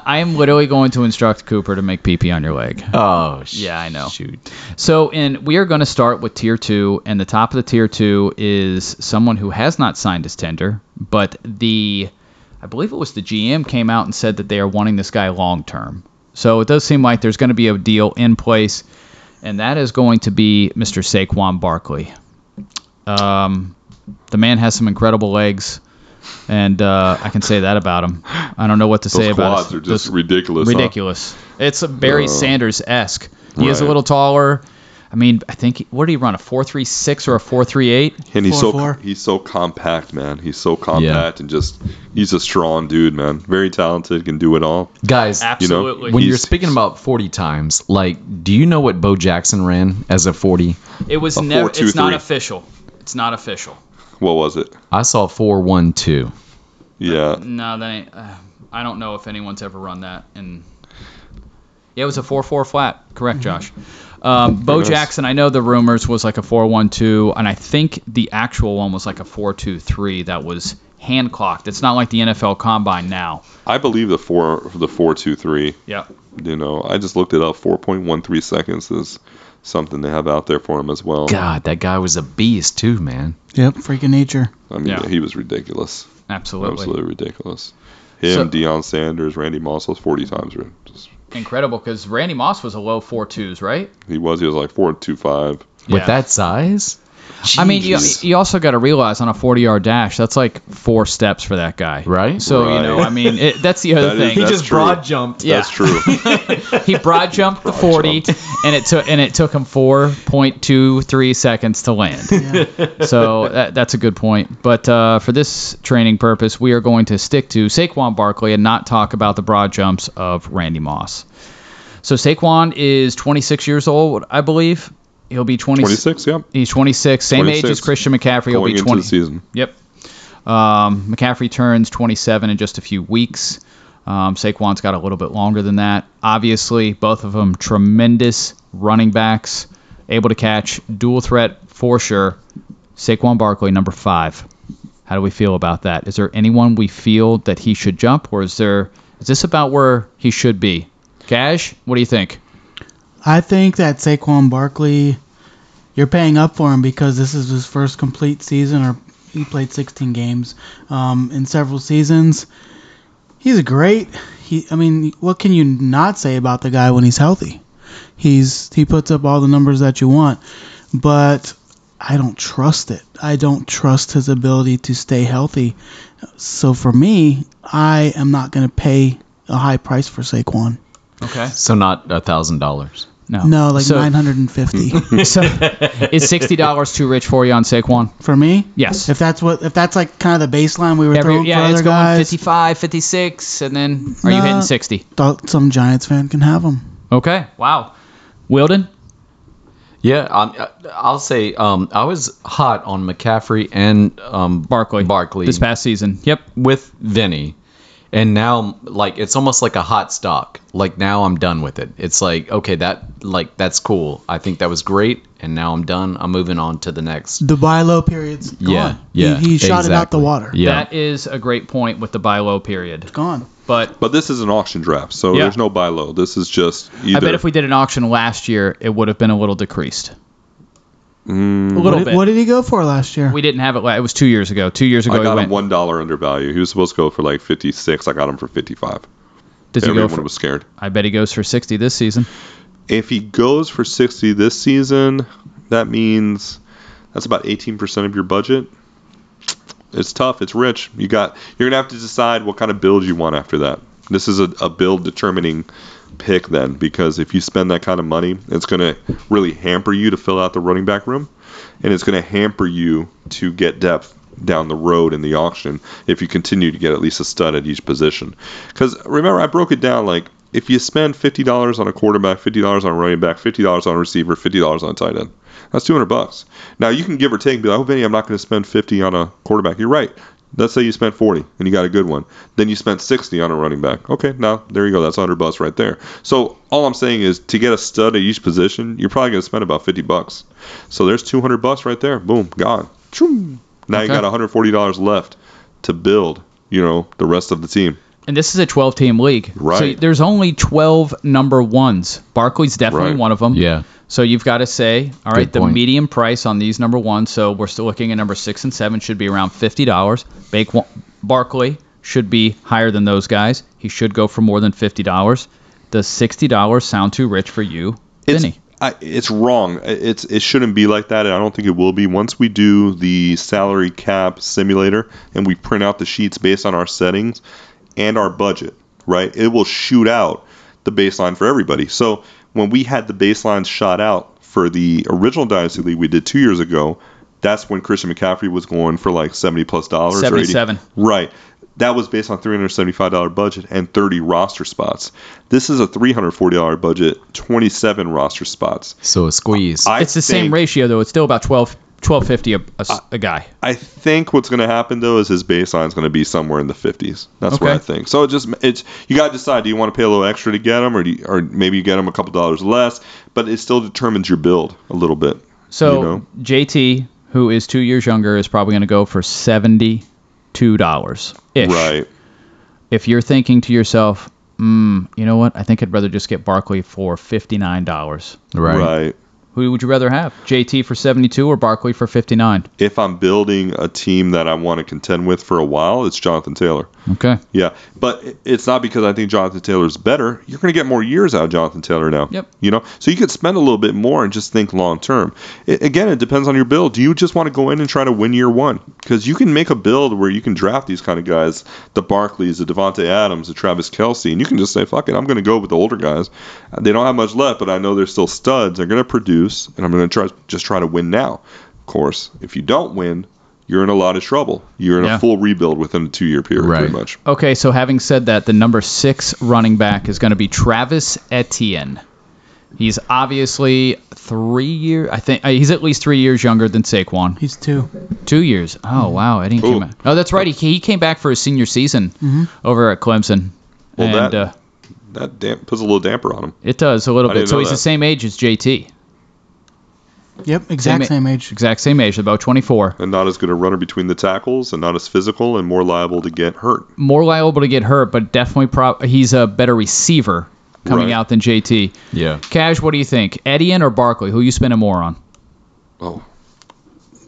C: I am literally going to instruct Cooper to make PP on your leg.
D: Oh, sh-
C: Yeah, I know.
D: Shoot.
C: So, and we are going to start with tier two, and the top of the tier two is someone who has not signed his tender, but the, I believe it was the GM came out and said that they are wanting this guy long term. So it does seem like there's going to be a deal in place, and that is going to be Mr. Saquon Barkley. Um, the man has some incredible legs, and uh, I can say that about him. I don't know what to say
F: Those
C: about
F: quads
C: his-
F: are just
C: those-
F: ridiculous. huh?
C: ridiculous. It's a Barry Sanders esque. He is a
F: Right.
C: little taller. I mean, I think what did he run? A four three six or a four three eight?
F: And he's so
E: 4-4.
F: he's so compact, man. He's so compact and just he's a strong dude, man. Very talented, can do it all.
D: Guys,
C: Absolutely.
D: when you're
F: He's-
D: speaking about 40 times, like, do you know what Bo Jackson ran as a 40?
C: it was
F: a
C: never. It's not
F: 4-2-3.
C: official. It's not official.
F: What was it?
D: I saw 412.
F: Yeah.
C: No, that ain't. Uh, I don't know if anyone's ever run that. And yeah, it was a four four flat.
F: Mm-hmm.
C: Correct, Josh. Um, Bo
F: Goodness.
C: Jackson, I know the rumors was like a four one two, and I think the actual one was like a four two three. That was hand clocked. It's not like the NFL Combine now.
F: I believe the four the four two three.
C: Yeah.
F: You know, I just looked it up. Four point one three seconds is something they have out there for him as well.
D: God, that guy was a beast, too, man.
E: Yep, freaking nature.
F: I mean,
C: Yeah.
F: he was ridiculous.
C: Absolutely.
F: Absolutely ridiculous. Him,
C: So-
F: Deion Sanders, Randy Moss was forty times. ri- Just,
C: incredible because Randy Moss was a low four twos, right?
F: he was he was like four two five.
D: With
C: Yeah.
D: that size?
C: I mean, you,
D: Jeez.
C: you also got to realize on a forty yard dash, that's like four steps for that guy,
D: Right.
C: So you know,
F: Right.
C: I mean, it, that's the other
F: That is-
C: thing.
F: He that's-
C: He,
F: just true. broad jumped.
C: Yeah.
F: That's true.
C: broad jumped the forty, and it took and it took him four point two three seconds to land. So that, that's a good point. But uh, for this training purpose, we are going to stick to Saquon Barkley and not talk about the broad jumps of Randy Moss. So Saquon is 26 years old, I believe. He'll be 20,
F: Twenty six, yeah.
C: He's 26, same age
F: 26.
C: as Christian McCaffrey. He'll
F: Going
C: be
F: into
C: 20.
F: the season.
C: Yep. Um, McCaffrey turns 27 in just a few weeks. Um, Saquon's got a little bit longer than that. Obviously, both of them tremendous running backs, able to catch, dual threat for sure. Saquon Barkley, number five. How do we feel about that? Is there anyone we feel that he should jump, or is there? Is this about where he should be? Cash, what do you think?
E: I think that Saquon Barkley, you're paying up for him because this is his first complete season, or he played 16 games um, in several seasons. He's great. he. I mean, what can you not say about the guy when he's healthy? He's he puts up all the numbers that you want, but I don't trust it. I don't trust his ability to stay healthy. So for me, I am not going to pay a high price for Saquon.
C: Okay.
D: So not a thousand dollars.
C: No.
E: No, like
C: so,
E: 950
C: so is sixty dollars too rich for you on Saquon?
E: for me.
C: Yes.
E: If that's what if that's like kind of the baseline we were
C: Every-
E: throwing
C: yeah,
E: for
C: it's
E: other
C: going
E: guys,
C: 55, 56, and then are you
E: Nah.
C: hitting sixty?
E: thought some Giants fan can have him.
C: Okay. Wow. Wilden.
D: Yeah, I'm, I- I'll say um, I was hot on McCaffrey and um,
C: Barkley.
D: Barkley
C: This past season. Yep.
D: with Vinny, and now like it's almost like a hot stock. Like now I'm done with it. It's like okay, that like that's cool. I think that was great, and now I'm done. I'm moving on to the next.
E: The buy low period's gone.
D: Yeah, yeah,
E: He, he shot it out the
D: exactly.
E: water.
D: Yeah,
C: That is a great point with the buy low period.
E: Gone.
C: But
F: But this is an auction draft, so
C: Yeah.
F: there's no buy low. This is just either.
C: I bet if we did an auction last year, it would have been a little decreased. a
E: Mm. What
C: little
E: did,
C: bit.
E: what did he go for last year?
C: we didn't have it. la- It was two years ago. Two years ago,
F: I
C: it
F: got him
C: went.
F: one dollar undervalue. He was supposed to go for like fifty six. I got him for fifty five.
C: Does he go
F: Everyone
C: for?
F: was scared.
C: I bet he goes for sixty this season.
F: If he goes for sixty this season, that means that's about eighteen percent of your budget. It's tough. It's rich. You got. You're gonna have to decide what kind of build you want after that. This is a, a build determining pick then, because if you spend that kind of money, it's gonna really hamper you to fill out the running back room, and it's gonna hamper you to get depth down the road in the auction if you continue to get at least a stud at each position. Because remember, I broke it down like if you spend fifty dollars on a quarterback, fifty dollars on a running back, fifty dollars on a receiver, fifty dollars on a tight end. That's two hundred bucks. Now you can give or take and be like, "Oh, Vinny, I'm not going to spend fifty on a quarterback." You're right. Let's say you spent forty and you got a good one. Then you spent sixty on a running back. Okay, now there you go. That's hundred bucks right there. So all I'm saying is to get a stud at each position, you're probably going to spend about fifty bucks. So there's two hundred bucks right there. Boom, gone. Choom. Now you
C: Okay.
F: got one hundred forty dollars left to build. You know the rest of the team.
C: And this is a 12 team league.
F: Right.
C: So there's only 12 number ones. Barkley's definitely
F: Right.
C: one of them.
D: yeah.
C: So you've got to say, all right, the
D: point.
C: median price on these number ones. So we're still looking at number six and seven should be around fifty dollars. Bake Barkley should be higher than those guys. He should go for more than fifty dollars. Does sixty dollars sound too rich for you,
F: it's,
C: Vinny?
F: I, it's wrong. It's it shouldn't be like that, and I don't think it will be. Once we do the salary cap simulator and we print out the sheets based on our settings and our budget, right? It will shoot out the baseline for everybody. So when we had the baselines shot out for the original Dynasty League we did two years ago, that's when Christian McCaffrey was going for like seventy plus dollars. or 80
C: Seventy-seven.
F: Right. That was based on $375 budget and 30 roster spots. This is a $340 budget, 27 roster spots.
D: So a squeeze.
F: I
C: it's the same
F: think-
C: ratio though. It's still about 12 1250 a, a s- a guy.
F: I think what's going to happen though is his baseline is going to be somewhere in the 50s. That's what
C: Okay.
F: I think. So it just it's you got to decide do you want to pay a little extra to get him or do you, or maybe you get him a couple dollars less, but it still determines your build a little bit.
C: So
F: You know.
C: JT, who is two years younger, is probably going to go for seventy-two dollars ish.
F: Right.
C: if you're thinking to yourself, mm, you know what? I think I'd rather just get Barkley for fifty-nine dollars.
F: Right.
C: Who would you rather have? JT for seventy-two or Barkley for fifty-nine?
F: If I'm building a team that I want to contend with for a while, it's Jonathan Taylor.
C: Okay.
F: Yeah, but it- it's not because I think Jonathan Taylor's better. You're going to get more years out of Jonathan Taylor now.
C: Yep.
F: You know, so you could spend a little bit more and just think long term. It, again, it depends on your build. Do you just want to go in and try to win year one? Because you can make a build where you can draft these kind of guys, the Barclays, the Devonte Adams, the Travis Kelsey, and you can just say, "Fuck it, I'm going to go with the older guys. They don't have much left, but I know they're still studs. They're going to produce, and I'm going to try just try to win now." Of course, if you don't win. You're in a lot of trouble. You're in
C: Yeah.
F: a full rebuild within a two-year period,
D: Right.
F: pretty much.
C: Okay. So having said that, the number six running back is going to be Travis Etienne. He's obviously three year. I think uh, he's at least three years younger than Saquon.
E: He's two.
C: Two years. Oh wow, Etienne came
F: Ooh.
C: out. Oh, that's right. He, he came back for his senior season over at Clemson.
F: Well,
C: and
F: that-
C: uh,
F: That damp puts a little damper on him.
C: it does a little
F: I
C: bit.
F: didn't
C: So
F: know
C: he's the
F: that.
C: same age as JT.
E: Yep, exact
C: Same
E: same,
C: a-
E: age.
C: exact same age, about 24.
F: And not as good a runner between the tackles, and not as physical, and more liable to get hurt.
C: More liable to get hurt, but definitely prob he's a better receiver coming
F: Right.
C: out than JT.
D: yeah.
C: Cash, what do you think? Etienne or Barkley? Who you spending more on?
F: Oh,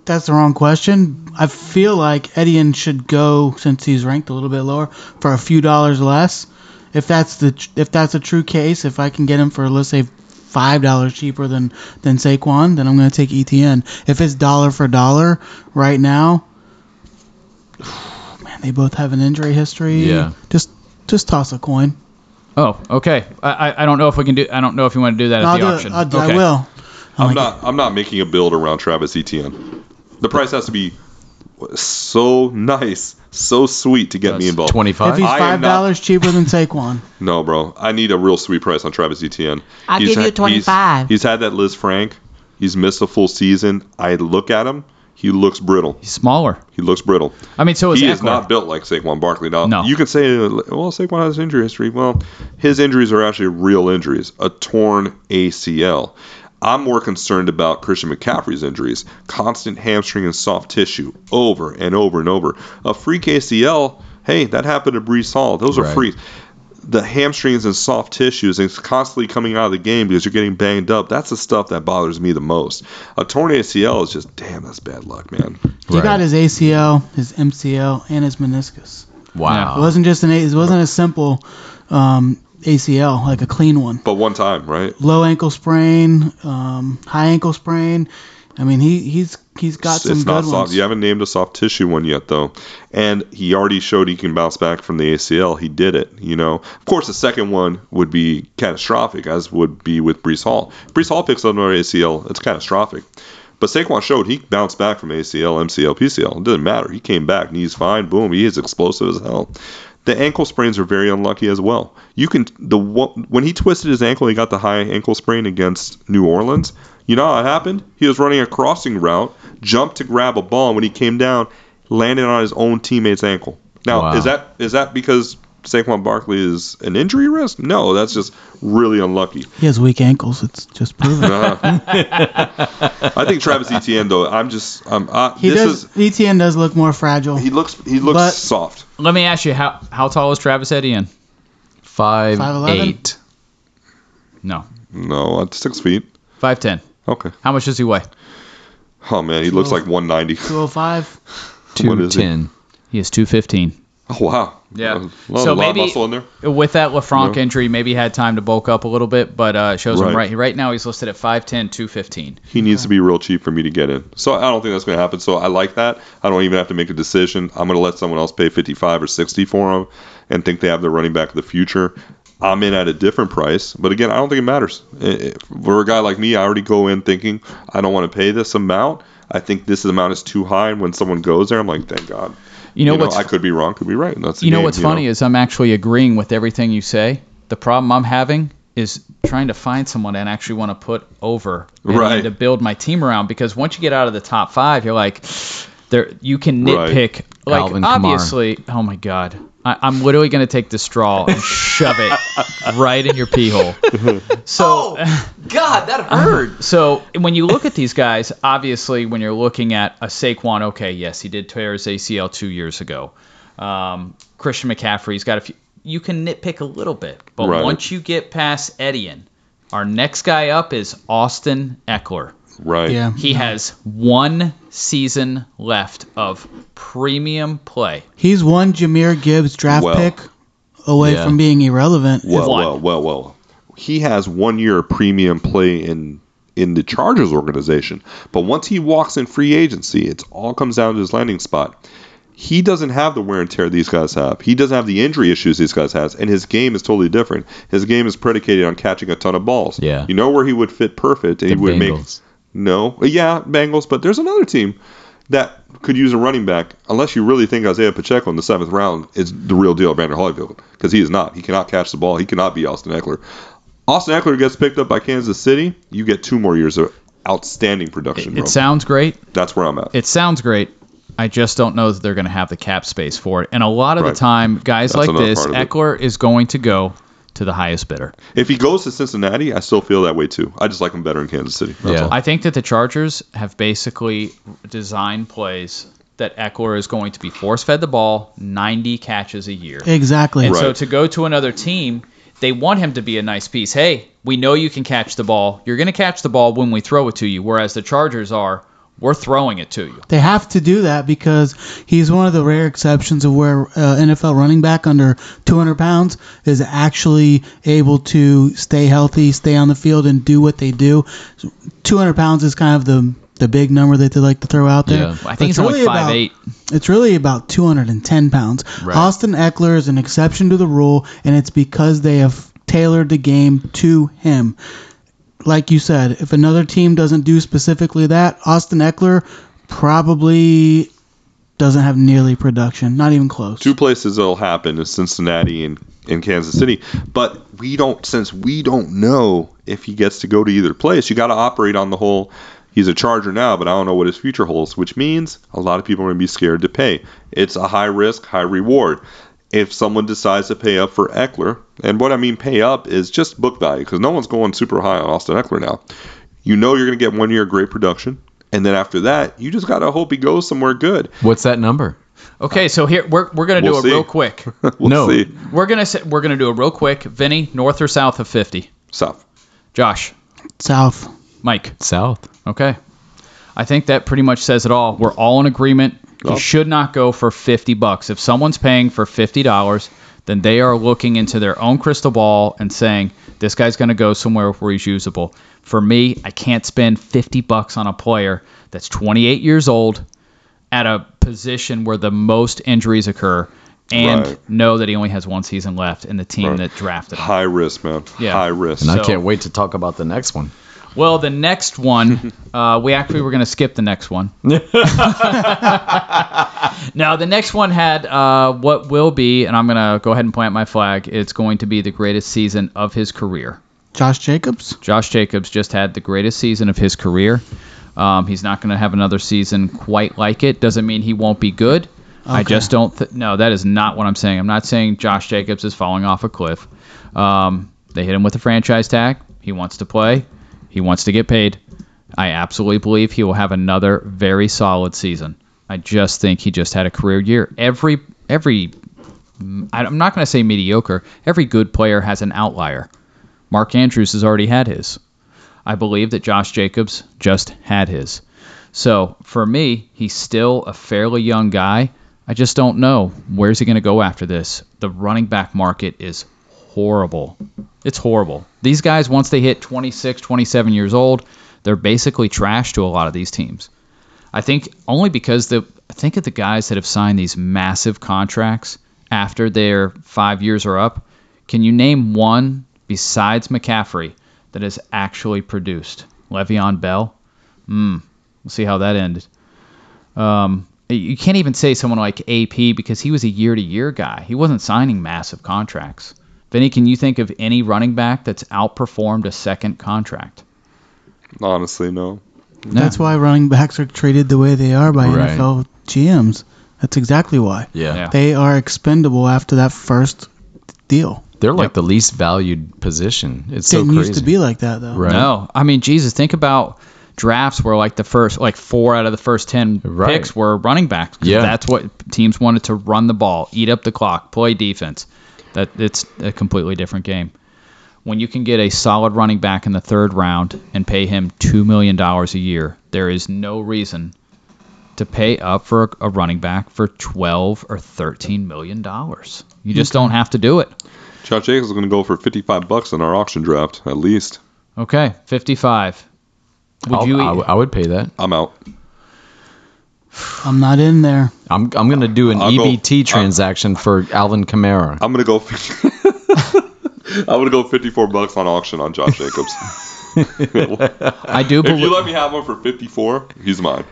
E: That's the wrong question. I feel like Etienne should go since he's ranked a little bit lower for a few dollars less, if that's the tr- if that's a true case, if I can get him for let's say five dollars cheaper than than Saquon, then I'm gonna take ETN. If it's dollar for dollar right now, man, they both have an injury history.
D: Yeah.
E: just just toss a coin.
C: Oh, okay. I, I, I don't know if we can do. I don't know if you want to do that
E: I'll
C: at the
E: do
C: auction.
E: it. I'll do,
C: okay.
E: I will.
F: I'm
E: my
F: not. I'm not making a build around Travis Etienne. The price has to be so nice, so sweet to get me involved.
D: Twenty
E: If he's
D: five.
F: I
E: five
F: am not-
E: dollars cheaper than Saquon,
F: No, bro. I need a real sweet price on Travis Etienne.
G: I'll give you
F: ha-
G: 25.
F: He's, he's had that Liz Frank. He's missed a full season. I look at him. He looks brittle.
C: He's smaller.
F: He looks brittle.
C: I mean, so is
F: He
C: Eckler.
F: is not built like Saquon Barkley. Now,
C: No.
F: you can say, uh, well, Saquon has injury history. Well, his injuries are actually real injuries, a torn ACL. I'm more concerned about Christian McCaffrey's injuries, constant hamstring and soft tissue over and over and over. A freak ACL, hey, that happened to Brees Hall. Those are
D: Right.
F: freaks. The hamstrings and soft tissues and it's constantly coming out of the game because you're getting banged up. That's the stuff that bothers me the most. A torn ACL is just, damn, that's bad luck, man.
E: he got his ACL, his MCL, and his meniscus. It
D: Wow.
E: wasn't just an. A- It wasn't a simple um, ACL, like a clean one.
F: But one time, right?
E: Low ankle sprain, um, high ankle sprain. I mean, he he's he's got some
F: it's
E: good
F: not soft.
E: ones.
F: You haven't named a soft tissue one yet, though. And he already showed he can bounce back from the ACL. He did it. You know, of course, the second one would be catastrophic, as would be with Brees Hall. Brees Hall picks up another ACL. It's catastrophic. But Saquon showed he bounced back from ACL, MCL, PCL. It doesn't matter. He came back. Knees fine. Boom. He is explosive as hell. The ankle sprains are very unlucky as well. You can the one- when he twisted his ankle, he got the high ankle sprain against New Orleans. You know how it happened? He was running a crossing route, jumped to grab a ball, and when he came down, landed on his own teammate's ankle. Now,
D: Wow.
F: is that is that because Saquon Barkley is an injury risk? No, that's just really unlucky.
E: He has weak ankles. It's just proven.
F: I think Travis Etienne though. I'm just um, I,
E: he
F: this
E: does.
F: is
E: ETN does look more fragile.
F: he looks he looks
E: But-
F: soft.
C: Let me ask you how how tall is Travis Etienne?
D: Five
E: 5'11"?
D: eight.
C: No,
F: No, at six feet.
C: five ten.
F: Okay.
C: How much does he weigh?
F: Oh man, he looks like 190.
E: 205.
F: What
D: Two
F: is it?
D: ten.
C: He is two fifteen.
F: Oh wow.
C: Yeah.
F: A lot,
C: So
F: a lot
C: maybe-
F: of muscle in there.
C: With that LaFranc
F: Yeah.
C: injury, maybe he had time to bulk up a little bit, but uh, it shows him
F: Right.
C: right. Right now, he's listed at 5'10", 215.
F: He needs to be real cheap for me to get in. So I don't think that's going to happen. So I like that. I don't even have to make a decision. I'm going to let someone else pay 55 or 60 for him and think they have the running back of the future. I'm in at a different price, but again, I don't think it matters. Eh, eh, For a guy like me, I already go in thinking I don't want to pay this amount. I think this amount is too high, and when someone goes there, I'm like, thank God.
C: You know what's
F: I could be wrong, could be right. and That's the
C: you know
F: game,
C: what's funny is I'm actually agreeing with everything you say. The problem I'm having is trying to find someone I actually want to put over and
F: Right.
C: then to build my team around because once you get out of the top five, you're like, there you can
F: Right.
C: nitpick. Like
D: Alvin Kamara.
C: obviously, oh my god. I, I'm literally gonna take the straw and shove it right in your pee hole. So,
H: Oh, God, that hurt.
C: so when you look at these guys, obviously, when you're looking at a Saquon, okay, yes, he did tear his ACL two years ago. Um, Christian McCaffrey's got a few. You can nitpick a little bit, but
F: Right.
C: once you get past Etienne, our next guy up is Austin Eckler.
F: right?
E: Yeah.
C: He has one season left of premium play.
E: He's one Jameer Gibbs draft
F: Well.
E: pick away
D: Yeah.
E: from being irrelevant.
F: Well,
C: One.
F: well, well, well. He has one year of premium play in in the Chargers organization, but once he walks in free agency, it all comes down to his landing spot. He doesn't have the wear and tear these guys have. He doesn't have the injury issues these guys has, and his game is totally different. His game is predicated on catching a ton of balls.
D: Yeah.
F: you know where he would fit perfect, and
D: The
F: he would
D: Bengals.
F: make no, yeah, Bengals. But there's another team that could use a running back, unless you really think Isaiah Pacheco in the seventh round is the real deal, Vander Holyfield, because he is not. He cannot catch the ball. He cannot be Austin Eckler. Austin Eckler gets picked up by Kansas City. You get two more years of outstanding production. bro.
C: It sounds great.
F: That's where I'm at.
C: It sounds great. I just don't know that they're going to have the cap space for it. And a lot of
F: Right.
C: the time, guys
F: That's
C: like
F: another
C: this,
F: part of it.
C: Eckler is going to go to the highest bidder.
F: if he goes to Cincinnati, I still feel that way too. I just like him better in Kansas City. That's
D: Yeah.
F: all.
C: I think that the Chargers have basically designed plays that Eckler is going to be force fed the ball 90 catches a year.
E: Exactly.
C: And so
F: Right.
C: to go to another team, they want him to be a nice piece. Hey, we know you can catch the ball. You're going to catch the ball when we throw it to you. Whereas the Chargers are, We're throwing it to you.
E: They have to do that because he's one of the rare exceptions of where uh, NFL running back under 200 pounds is actually able to stay healthy, stay on the field, and do what they do. 200 pounds is kind of the the big number that they like to throw out there.
D: Yeah. I
C: I
E: But
C: think it's only
E: really about-
C: five eight.
E: It's really about 210 pounds.
D: Right.
E: Austin Eckler is an exception to the rule, and it's because they have tailored the game to him. Like you said, if another team doesn't do specifically that, Austin Eckler probably doesn't have nearly production, not even close.
F: two places it'll happen is Cincinnati and in Kansas City. But we don't since we don't know if he gets to go to either place. You got to operate on the whole. He's a Charger now, but I don't know what his future holds, which means a lot of people are going to be scared to pay. It's a high risk, high reward. If someone decides to pay up for Eckler, and what I mean pay up is just book value, because no one's going super high on Austin Eckler now. You know you're going to get one year of great production, and then after that, you just got to hope he goes somewhere good.
D: What's that number?
C: Okay, so here we're, we're gonna
F: We'll
C: do
F: see.
C: it real quick.
F: We'll
D: No.
F: see.
C: We're gonna say, we're gonna do it real quick. Vinny, north or south of fifty?
F: South.
C: Josh,
E: South.
C: Mike.
D: South.
C: Okay. I think that pretty much says it all. We're all in agreement. You
F: Yep.
C: should not go for 50 bucks. If someone's paying for $50, then they are looking into their own crystal ball and saying, this guy's going to go somewhere where he's usable. For me, I can't spend 50 bucks on a player that's 28 years old at a position where the most injuries occur and
F: Right.
C: know that he only has one season left in the team that drafted him.
F: High risk, man.
C: Yeah.
F: High risk.
D: And I
C: So-
D: can't wait to talk about the next one.
C: Well, the next one, uh, we actually were going to skip the next one. now, the next one had uh, what will be, and I'm going to go ahead and plant my flag. It's going to be the greatest season of his career.
E: Josh Jacobs?
C: Josh Jacobs just had the greatest season of his career. Um, he's not going to have another season quite like it. Doesn't mean he won't be good. I
E: Okay.
C: just don't. Th- no, that is not what I'm saying. I'm not saying Josh Jacobs is falling off a cliff. Um, they hit him with a franchise tag. He wants to play. He wants to get paid. I absolutely believe he will have another very solid season. I just think he just had a career year. Every every I- I'm not going to say mediocre. Every good player has an outlier. Mark Andrews has already had his. I believe that Josh Jacobs just had his. So for me, he's still a fairly young guy. I just don't know where's he going to go after this. The running back market is horrible. It's horrible. These guys once they hit 26, 27 years old, they're basically trash to a lot of these teams. I think only because the I think of the guys that have signed these massive contracts after their five years are up. Can you name one besides McCaffrey that has actually produced? Le'Veon Bell. Hmm. We'll see how that ended. Um, you can't even say someone like AP because he was a year-to-year guy. He wasn't signing massive contracts. Vinny, can you think of any running back that's outperformed a second contract?
F: Honestly, no.
E: That's why running backs are treated the way they are by
D: Right.
E: NFL GMs. That's exactly why.
D: Yeah.
C: Yeah.
E: They are expendable after that first deal.
D: They're like
C: Yep.
D: the least valued position. It's so
E: Didn't
D: crazy.
E: used to be like that, though.
D: Right.
C: No, I mean Jesus. Think about drafts where like the first like four out of the first ten
D: Right.
C: picks were running backs. 'cause
D: Yeah.
C: that's what teams wanted to run the ball, eat up the clock, play defense. That it's a completely different game. When you can get a solid running back in the third round and pay him two million dollars a year, there is no reason to pay up for a, a running back for twelve or thirteen million dollars. You just don't have to do it.
F: Josh Jacobs is going to go for 55 bucks in our auction draft, at least.
C: Okay, fifty-five. Would
D: I'll-
C: you?
D: I, I would pay that.
F: I'm out.
E: I'm not in there.
D: I'm I'm gonna do an
F: I'll go-
D: EBT transaction for Alvin Kamara.
F: I'm going to go. I'm gonna go 54 bucks on auction on Josh Jacobs.
C: I do
F: if
C: believe.
F: you let me have one for 54, he's mine.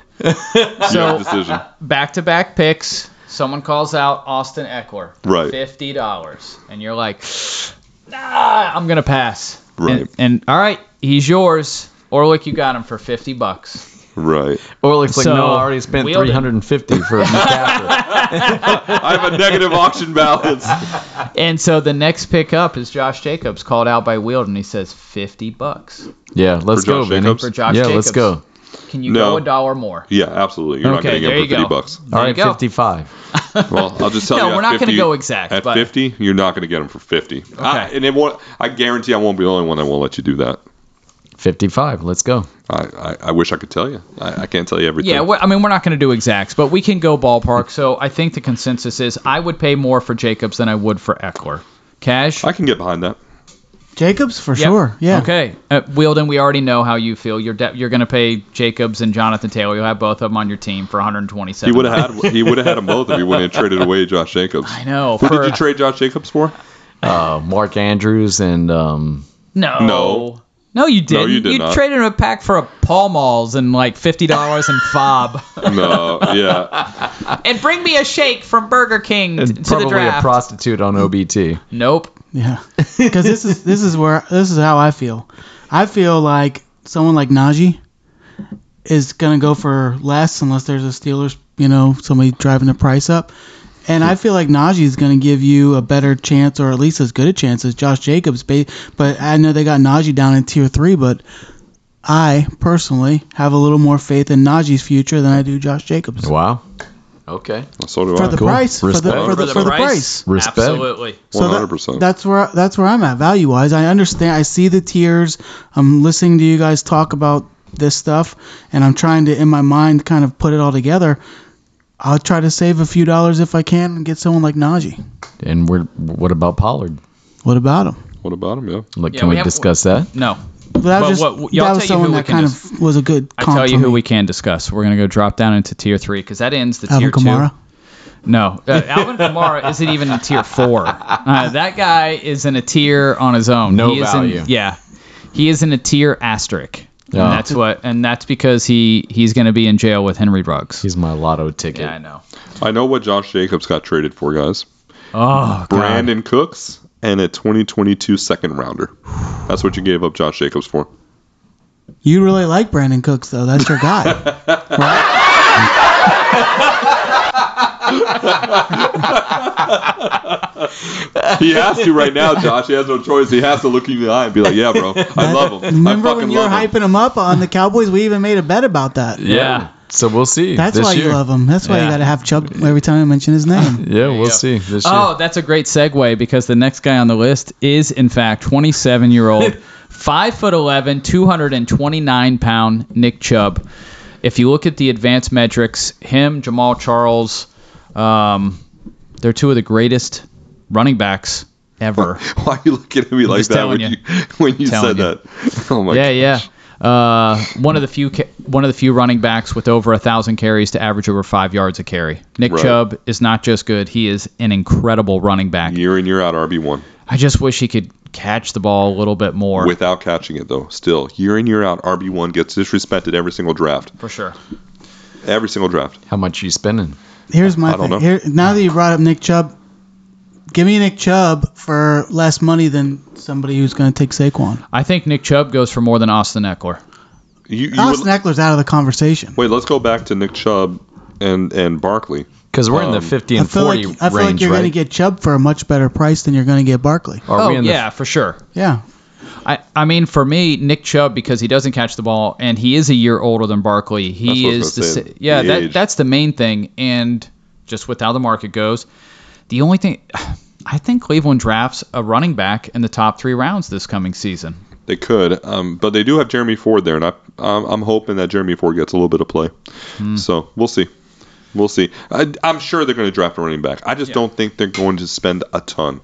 F: Your decision.
C: back to back picks. Someone calls out Austin Eckler,
F: Right.
C: Fifty dollars, and you're like, ah, I'm gonna pass.
F: Right.
C: And, and, all right, he's yours. Orlick, you got him for fifty bucks.
F: Right.
D: Or like,
C: So,
D: no, I already spent
C: wield it.
D: 350 for McCaffrey.
F: I have a negative auction balance.
C: And so the next pickup is Josh Jacobs, called out by Wield, and he says fifty bucks
D: yeah, let's
F: For
D: go,
F: Josh
D: Vinny.
F: Jacobs?
C: for Josh
D: yeah,
C: Jacobs.
D: let's go.
C: Can you
F: No.
C: go a dollar more?
F: Yeah, absolutely. You're not
C: Okay,
F: gonna
C: there
F: get
C: you
F: him for 50
C: go.
F: bucks.
C: There
D: All
C: you
D: right,
C: go.
D: 55.
F: Well, I'll just tell
C: No,
F: you. at
C: we're not gonna
F: 50
C: go exact,
F: At
C: but-
F: 50, you're not gonna get him for 50. I, and it won't. I guarantee I won't be the only one that won't let you do that.
D: 55. Let's go.
F: I, I, I wish I could tell you. I, I can't tell you everything.
C: Yeah, well, I mean, we're not going to do exacts, but we can go ballpark. So I think the consensus is I would pay more for Jacobs than I would for Eckler. Cash?
F: I can get behind that.
E: Jacobs for
C: Yep.
E: sure. Yeah.
C: Okay. Uh, Wielden, we already know how you feel. You're de- you're going to pay Jacobs and Jonathan Taylor. You'll have both of them on your team for 127.
F: He would have had he would have had them both if he wouldn't have traded away Josh Jacobs.
C: I know.
F: Who
C: for-
F: did you trade Josh Jacobs for?
D: Uh, Mark Andrews and um,
C: No.
F: No.
C: No, you didn't.
F: you did not.
C: traded him a pack for a Pall Malls and like fifty dollars in fob,
F: No, yeah,
C: and bring me a shake from Burger King t- to the
D: probably a
C: draft.
D: prostitute on OBT.
C: nope.
E: Yeah. Because this is this is where this is how I feel. I feel like someone like Najee is gonna go for less unless there's a Steelers, you know, somebody driving the price up. And I feel like Najee is going to give you a better chance, or at least as good a chance as Josh Jacobs. ba- But I know they got Najee down in tier three, but I personally have a little more faith in Najee's future than I do Josh Jacobs
D: Wow. Okay.
F: so do
E: for
F: I.
E: the price. For the,
D: Respect.
E: for the, for the price.
D: Respect.
C: Absolutely.
E: So
F: One
E: that-
F: hundred percent.
E: That's where that's where I'm at value wise. I understand. I see the tears. I'm listening to you guys talk about this stuff, and I'm trying to in my mind kind of put it all together. I'll try to save a few dollars if I can and get someone like Najee.
D: And we're what about Pollard?
E: What about him?
F: What about him? Yeah.
D: Look,
C: Yeah,
D: can
C: we
D: we,
C: have-
D: discuss that?
C: No.
E: But that
C: Well,
E: was
C: what-
E: just
C: y'all tell
E: that
C: you
E: was someone
C: who we
E: that
C: can
E: kind
C: dis-
E: of was a good.
C: I
E: comp
C: tell you
E: for
C: who
E: me.
C: we can discuss. We're gonna go drop down into tier three because that ends the
E: Alvin
C: tier
E: Kamara.
C: two. No, uh, Alvin Kamara isn't even in tier four. Uh, that guy is in a tier on his own.
D: No
C: he is
D: value.
C: In, yeah, he is in a tier asterisk.
D: Yeah.
C: And that's what, and that's because he he's going to be in jail with Henry Ruggs.
D: He's my lotto ticket.
C: yeah, I know.
F: I know what Josh Jacobs got traded for, guys.
C: Oh, God.
F: Brandon Cooks and a 2022 second rounder. That's what you gave up Josh Jacobs for.
E: You really like Brandon Cooks though. That's your guy.
F: He has to right now, Josh. He has no choice. He has to look you in the eye and be like, "Yeah, bro, I love him. I
E: Remember
F: fucking
E: when you were
F: love him."
E: hyping him up on the Cowboys? We even made a bet about that.
C: Yeah.
D: So we'll see.
E: That's
D: this
E: why
D: year.
E: you love him. That's why
C: Yeah.
E: you got to have Chubb every time I mention his name.
D: Yeah, we'll
C: go.
D: see this
C: Oh, that's a great segue because the next guy on the list is in fact 27 year old, five foot 11, 229 pound Nick Chubb. If you look at the advanced metrics, him, Jamal Charles, um, they're two of the greatest running backs ever.
F: Why are you looking at me like
C: just
F: that when
C: telling
F: you,
C: you.
F: when you
C: Telling
F: said
C: you.
F: that? Oh my
C: yeah, yeah. Uh, one of the few ca- one of the few running backs with over a thousand carries to average over five yards a carry. Nick
F: Right.
C: Chubb is not just good; he is an incredible running back.
F: Year in year out, RB one
C: I just wish he could catch the ball a little bit more.
F: without catching it though. Still, year in year out, RB one gets disrespected every single draft.
C: for sure.
F: Every single draft.
D: year. How much you spending?
E: Here's my
F: I don't
E: thing.
F: know.
E: Here, now that you brought up Nick Chubb, give me Nick Chubb for less money than somebody who's going to take Saquon.
C: I think Nick Chubb goes for more than Austin Eckler.
F: You, you
E: Austin
F: would-
E: Eckler's out of the conversation.
F: wait, let's go back to Nick Chubb and and Barkley.
D: Because we're in the
F: Um,
D: 50
E: I
D: and
E: feel
D: 40
E: like I feel
D: range,
E: like you're
D: right?
E: going to get Chubb for a much better price than you're going to get Barkley.
D: Are
C: oh
D: we in the-
C: yeah, for sure.
E: Yeah,
C: I, I mean, for me, Nick Chubb because he doesn't catch the ball and he is a year older than Barkley.
F: That's
C: He
F: what I was
C: is the
F: gonna say,
C: si- yeah.
F: the age.
C: that that's the main thing. And just with how the market goes, the only thing I think Cleveland drafts a running back in the top three rounds this coming season.
F: They could, um, but they do have Jeremy Ford there, and I, I'm, I'm hoping that Jeremy Ford gets a little bit of play.
C: Hmm.
F: So we'll see. We'll see. I, I'm sure they're going to draft a running back. I just don't think they're going to spend a ton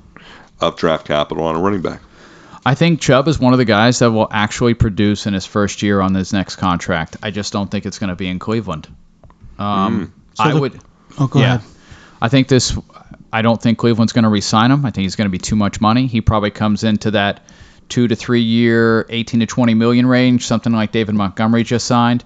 F: of draft capital on a running back.
C: I think Chubb is one of the guys that will actually produce in his first year on his next contract. I just don't think it's going to be in Cleveland. Um, I
E: the-
C: would.
E: oh, go
C: yeah.
E: ahead.
C: I think this. I don't think Cleveland's going to re-sign him. I think he's going to be too much money. He probably comes into that two to three year, 18 to 20 million range, something like David Montgomery just signed.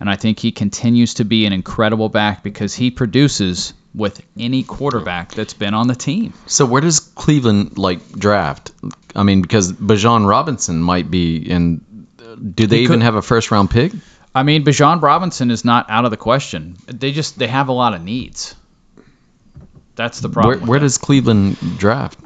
C: And I think he continues to be an incredible back because he produces with any quarterback that's been on the team.
D: So where does Cleveland like draft? I mean, because Bajan Robinson might be in. Do they even
C: could-
D: have a first round pick?
C: I mean, Bijan Robinson is not out of the question. They just they have a lot of needs. That's the
D: Where,
C: problem. with
D: where
C: them.
D: does Cleveland draft?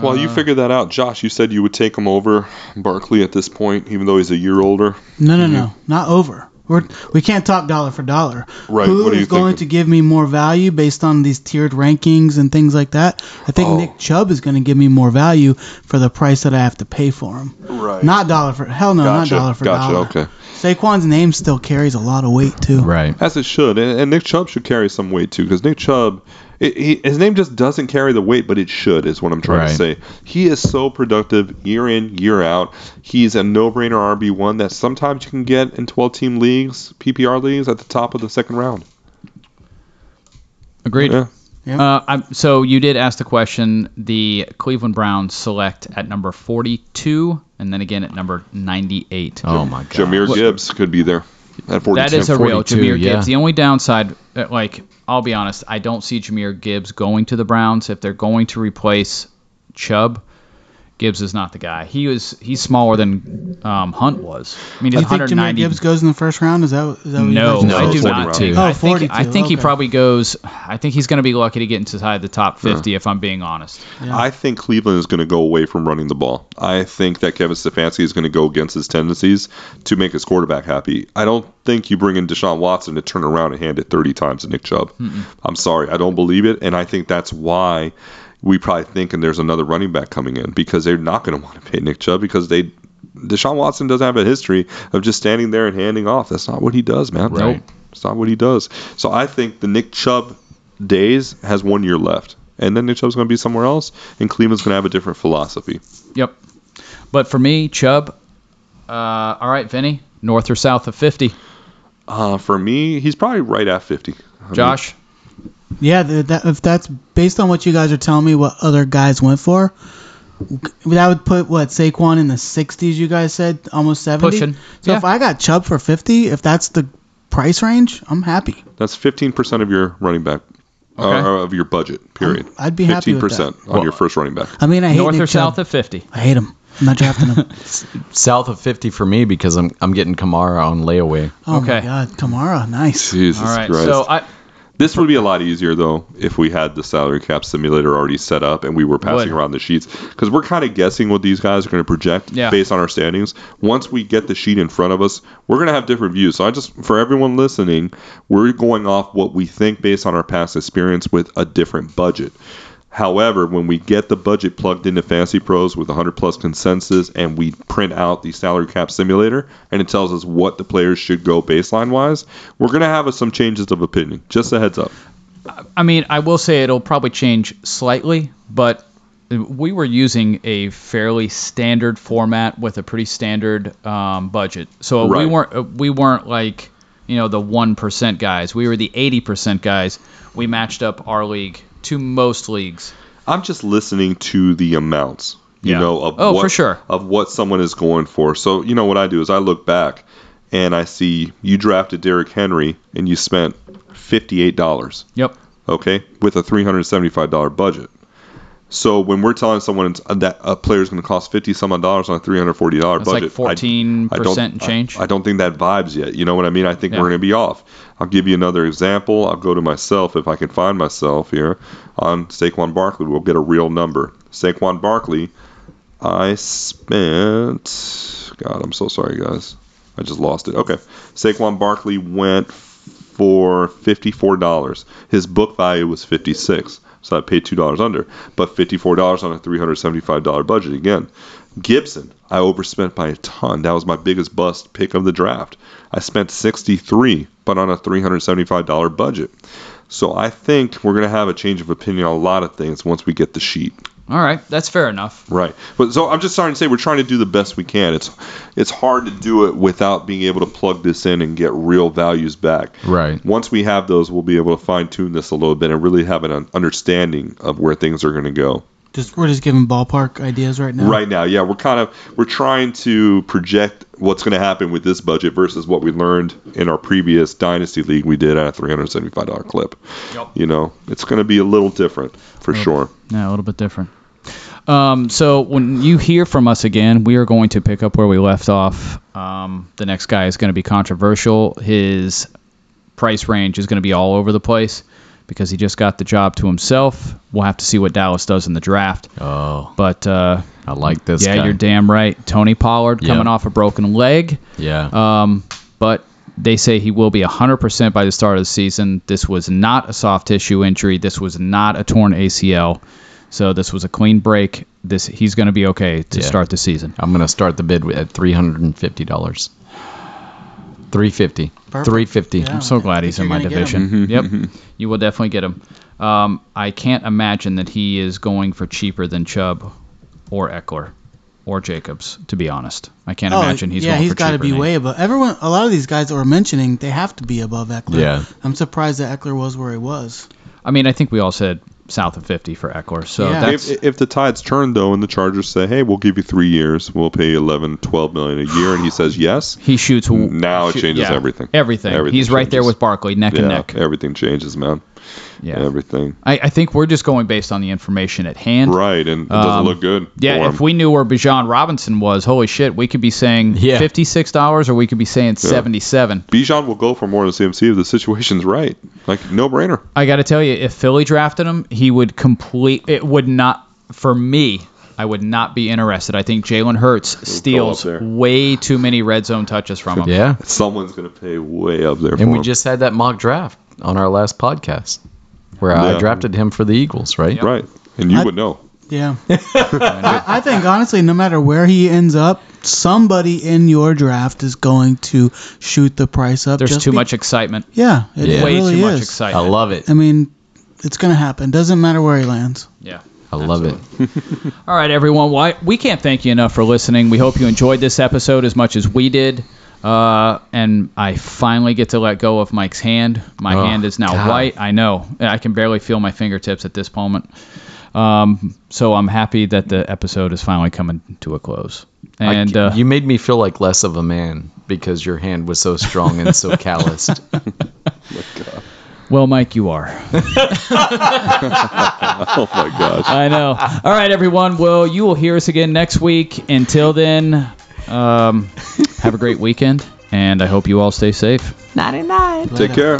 F: Well,
C: Uh,
F: you figure that out, Josh. You said you would take him over Barkley at this point, even though he's a year older.
E: No,
F: Mm-hmm.
E: no, no, not over. We're, we can't talk dollar for dollar.
F: Right,
E: Who
F: what do you
E: is going
F: think?
E: to give me more value based on these tiered rankings and
F: Oh.
E: things like that? I think Nick Chubb is going to give me more value for the price that I have to pay for him.
I: right.
E: Not dollar for hell no,
I: Gotcha,
E: not dollar for
F: gotcha,
E: dollar.
F: okay.
E: Saquon's name still carries a lot of weight too.
C: Right.
F: As it should, and, and Nick Chubb should carry some weight too, because Nick Chubb, it, he, his name just doesn't carry the weight, but it should, is what I'm trying to
C: Right.
F: say. He is so productive year in, year out. He's a no-brainer RB one that sometimes you can get in 12-team leagues, PPR leagues, at the top of the second round.
C: Agreed.
F: Yeah.
E: Yeah.
C: Uh, I'm, so you did ask the question. The Cleveland Browns select at number 42, and then again at number 98.
D: Oh my god.
F: Jameer Gibbs could be there at 42.
C: that is a real
D: 42,
C: Jameer
D: yeah.
C: Gibbs. The only downside, uh, like I'll be honest, I don't see Jameer Gibbs going to the Browns if they're going to replace Chubb. Gibbs is not the guy. He was he's smaller than um, Hunt was. I mean, he's
E: You think Jameer
C: 190.
E: Gibbs goes in the first round? Is that, is that what
C: No,
E: you guys-
F: No,
C: I do not.
F: 42.
C: Think.
E: Oh,
C: I think, I
E: 42,
C: think he
E: okay.
C: probably goes. I think he's going to be lucky to get inside the top 50 if I'm being honest.
F: I think Cleveland is going to go away from running the ball. I think that Kevin Stefanski is going to go against his tendencies to make his quarterback happy. I don't think you bring in Deshaun Watson to turn around and hand it 30 times to Nick Chubb. I'm sorry, I don't believe it, and I think that's why we probably thinking there's another running back coming in because they're not going to want to pay Nick Chubb because they Deshaun Watson doesn't have a history of just standing there and handing off. That's not what he does, man.
C: Right.
F: Nope. It's not what he does. So I think the Nick Chubb days has one year left. And then Nick Chubb's going to be somewhere else, and Cleveland's going to have a different philosophy.
C: Yep. But for me, Chubb. Uh, all right, Vinny, north or south of 50.
F: Uh, for me, he's probably right at 50. I mean,
C: Josh.
E: Yeah, th- that, if that's based on what you guys are telling me, what other guys went for, that would put what Saquon in the 60s. You guys said almost 70.
C: Pushing,
E: So
C: yeah.
E: if I got Chubb for 50, if that's the price range, I'm happy.
F: that's 15% of your running back,
C: Okay.
F: or of your budget, period.
E: I'd be happy with
F: 15% on your first running back.
E: I mean, I hate
C: North
E: Nick
C: or south
E: Chubb.
C: of 50.
E: I hate him. I'm not drafting him.
D: South of 50 for me because I'm I'm getting Kamara on layaway.
E: Oh
C: Okay.
E: my God, Kamara, nice.
F: Jesus
C: All right.
F: Christ.
C: So I
F: This would be a lot easier though if we had the salary cap simulator already set up and we were passing
C: Would.
F: around the sheets because we're kind of guessing what these guys are going to project
C: Yeah.
F: based on our standings. Once we get the sheet in front of us, we're going to have different views. So I just for everyone listening, we're going off what we think based on our past experience with a different budget. However, when we get the budget plugged into Fantasy Pros with 100 plus consensus and we print out the salary cap simulator and it tells us what the players should go baseline wise, we're going to have some changes of opinion. Just a heads up.
C: I mean, I will say it'll probably change slightly, but we were using a fairly standard format with a pretty standard um, budget. So
F: Right.
C: we weren't uh, we weren't like you know the one percent guys. We were the eighty percent guys. We matched up our league to most leagues.
F: I'm just listening to the amounts, you
C: Yeah.
F: know, of
C: Oh,
F: what
C: for sure.
F: of what someone is going for. So, you know what I do is I look back and I see you drafted Derrick Henry and you spent $58,
C: Yep.
F: okay? With a $375 budget. So, when we're telling someone it's- uh, that a player is going to cost 50 some odd dollars on a $340
C: That's
F: budget,
C: like
F: I-
C: fourteen
F: I don't-
C: percent and
F: I-
C: change.
F: I, don't think that vibes yet. You know what I mean? I think
C: Yeah.
F: we're going to be off. I'll give you another example. I'll go to myself if I can find myself here on Saquon Barkley. We'll get a real number. Saquon Barkley, I spent. God, I'm so sorry, guys. I just lost it. Okay. Saquon Barkley went for $54. His book value was 56 so I paid $2 under, but $54 on a $375 budget again. Gibson, I overspent by a ton. That was my biggest bust pick of the draft. I spent 63, but on a $375 budget. So I think we're going to have a change of opinion on a lot of things once we get the sheet.
C: All right, that's fair enough.
F: Right. But so I'm just trying to say we're trying to do the best we can. It's it's hard to do it without being able to plug this in and get real values back.
D: Right.
F: Once we have those, we'll be able to fine tune this a little bit and really have an un- understanding of where things are going to go.
E: Just we're just giving ballpark ideas right now.
F: Right now, yeah, we're kind of we're trying to project what's going to happen with this budget versus what we learned in our previous dynasty league we did at a $375 clip. You know, it's going to be a little different for sure.
C: Yeah, a little bit different. Um, so when you hear from us again, we are going to pick up where we left off. Um, the next guy is going to be controversial. His price range is going to be all over the place because he just got the job to himself. We'll have to see what Dallas does in the draft.
D: Oh,
C: But uh,
D: I like this
C: yeah,
D: guy.
C: you're damn right. Tony Pollard
D: Yeah.
C: coming off a broken leg,
D: Yeah.
C: but they say he will be 100% by the start of the season. This was not a soft tissue injury. This was not a torn ACL. So this was a clean break. This he's going to be okay to
D: Yeah.
C: start the season.
D: I'm gonna start the bid with- at three hundred and fifty dollars. Three fifty.
E: Perfect.
D: Three fifty. Mm-hmm.
E: Yeah.
D: I'm
C: So glad
E: think
C: he's in
E: you're
C: my
E: gonna get
F: Mm-hmm,
C: division. Yep, you will definitely get him. Um, I can't imagine that he is going for cheaper than Chubb or Eckler or Jacobs. To be honest, I can't imagine he's
E: Oh, yeah,
C: going
E: he's
C: for cheaper.
E: got to be
C: than-
E: way above everyone. A lot of these guys that we're mentioning, they have to be above Eckler.
D: Yeah.
E: I'm surprised that Eckler was where he was.
C: I mean, I think we all said south of 50 for Eckler. So
E: Yeah.
C: that's
F: If, if the tides turn though, and the Chargers say, "Hey, we'll give you three years, we'll pay you 11, 12 million a year," and he says yes,
C: he shoots
D: Mm-hmm.
F: Now it
C: shoot-
F: changes everything.
C: Everything.
F: Everything
C: He's right there
F: changes.
C: with Barkley neck
F: yeah,
C: and neck.
F: everything changes, man.
C: Yeah.
F: Everything.
C: I, I think we're just going based on the information at hand.
F: Right, and it doesn't
C: Um,
F: look good.
C: Yeah,
F: for
C: if
F: him.
C: we knew where Bijan Robinson was, holy shit, we could be saying
D: Yeah.
C: fifty-six dollars, or we could be saying seventy-seven.
F: Bijan will go for more than CMC if the situation's right. Like no brainer.
C: I got to tell you, if Philly drafted him, he would complete. It would not for me. I would not be interested. I think Jalen Hurts steals
F: there.
C: way too many red zone touches from him.
D: Yeah.
F: Someone's gonna pay way up there. for
D: And we
F: him.
D: just had that mock draft on our last podcast where
F: Yeah.
D: I drafted him for the Eagles, right?
F: right, and you
E: I-
F: would know.
E: Yeah. I, I think honestly, no matter where he ends up, somebody in your draft is going to shoot the price up.
C: There's
E: just
C: too
E: be-
C: much excitement.
E: Yeah, it
D: Yeah.
C: Way
E: really
C: too much
E: is.
D: I
C: excitement.
D: love it.
E: I mean, it's gonna happen. Doesn't matter where he lands.
C: Yeah.
D: I love it.
C: All right, everyone. Well, I- we can't thank you enough for listening. We hope you enjoyed this episode as much as we did. Uh, and I finally get to let go of Mike's hand. My
D: Oh,
C: hand is now
D: God.
C: white. I know. I can barely feel my fingertips at this moment. Um, so I'm happy that the episode is finally coming to a close.
D: I-
C: And uh,
D: you made me feel like less of a man because your hand was so strong and so calloused.
C: well, Mike, you are.
F: Oh my gosh.
C: I know. All right, everyone. Well, you will hear us again next week. Until then, um, have a great weekend, and I hope you all stay safe.
F: Take care.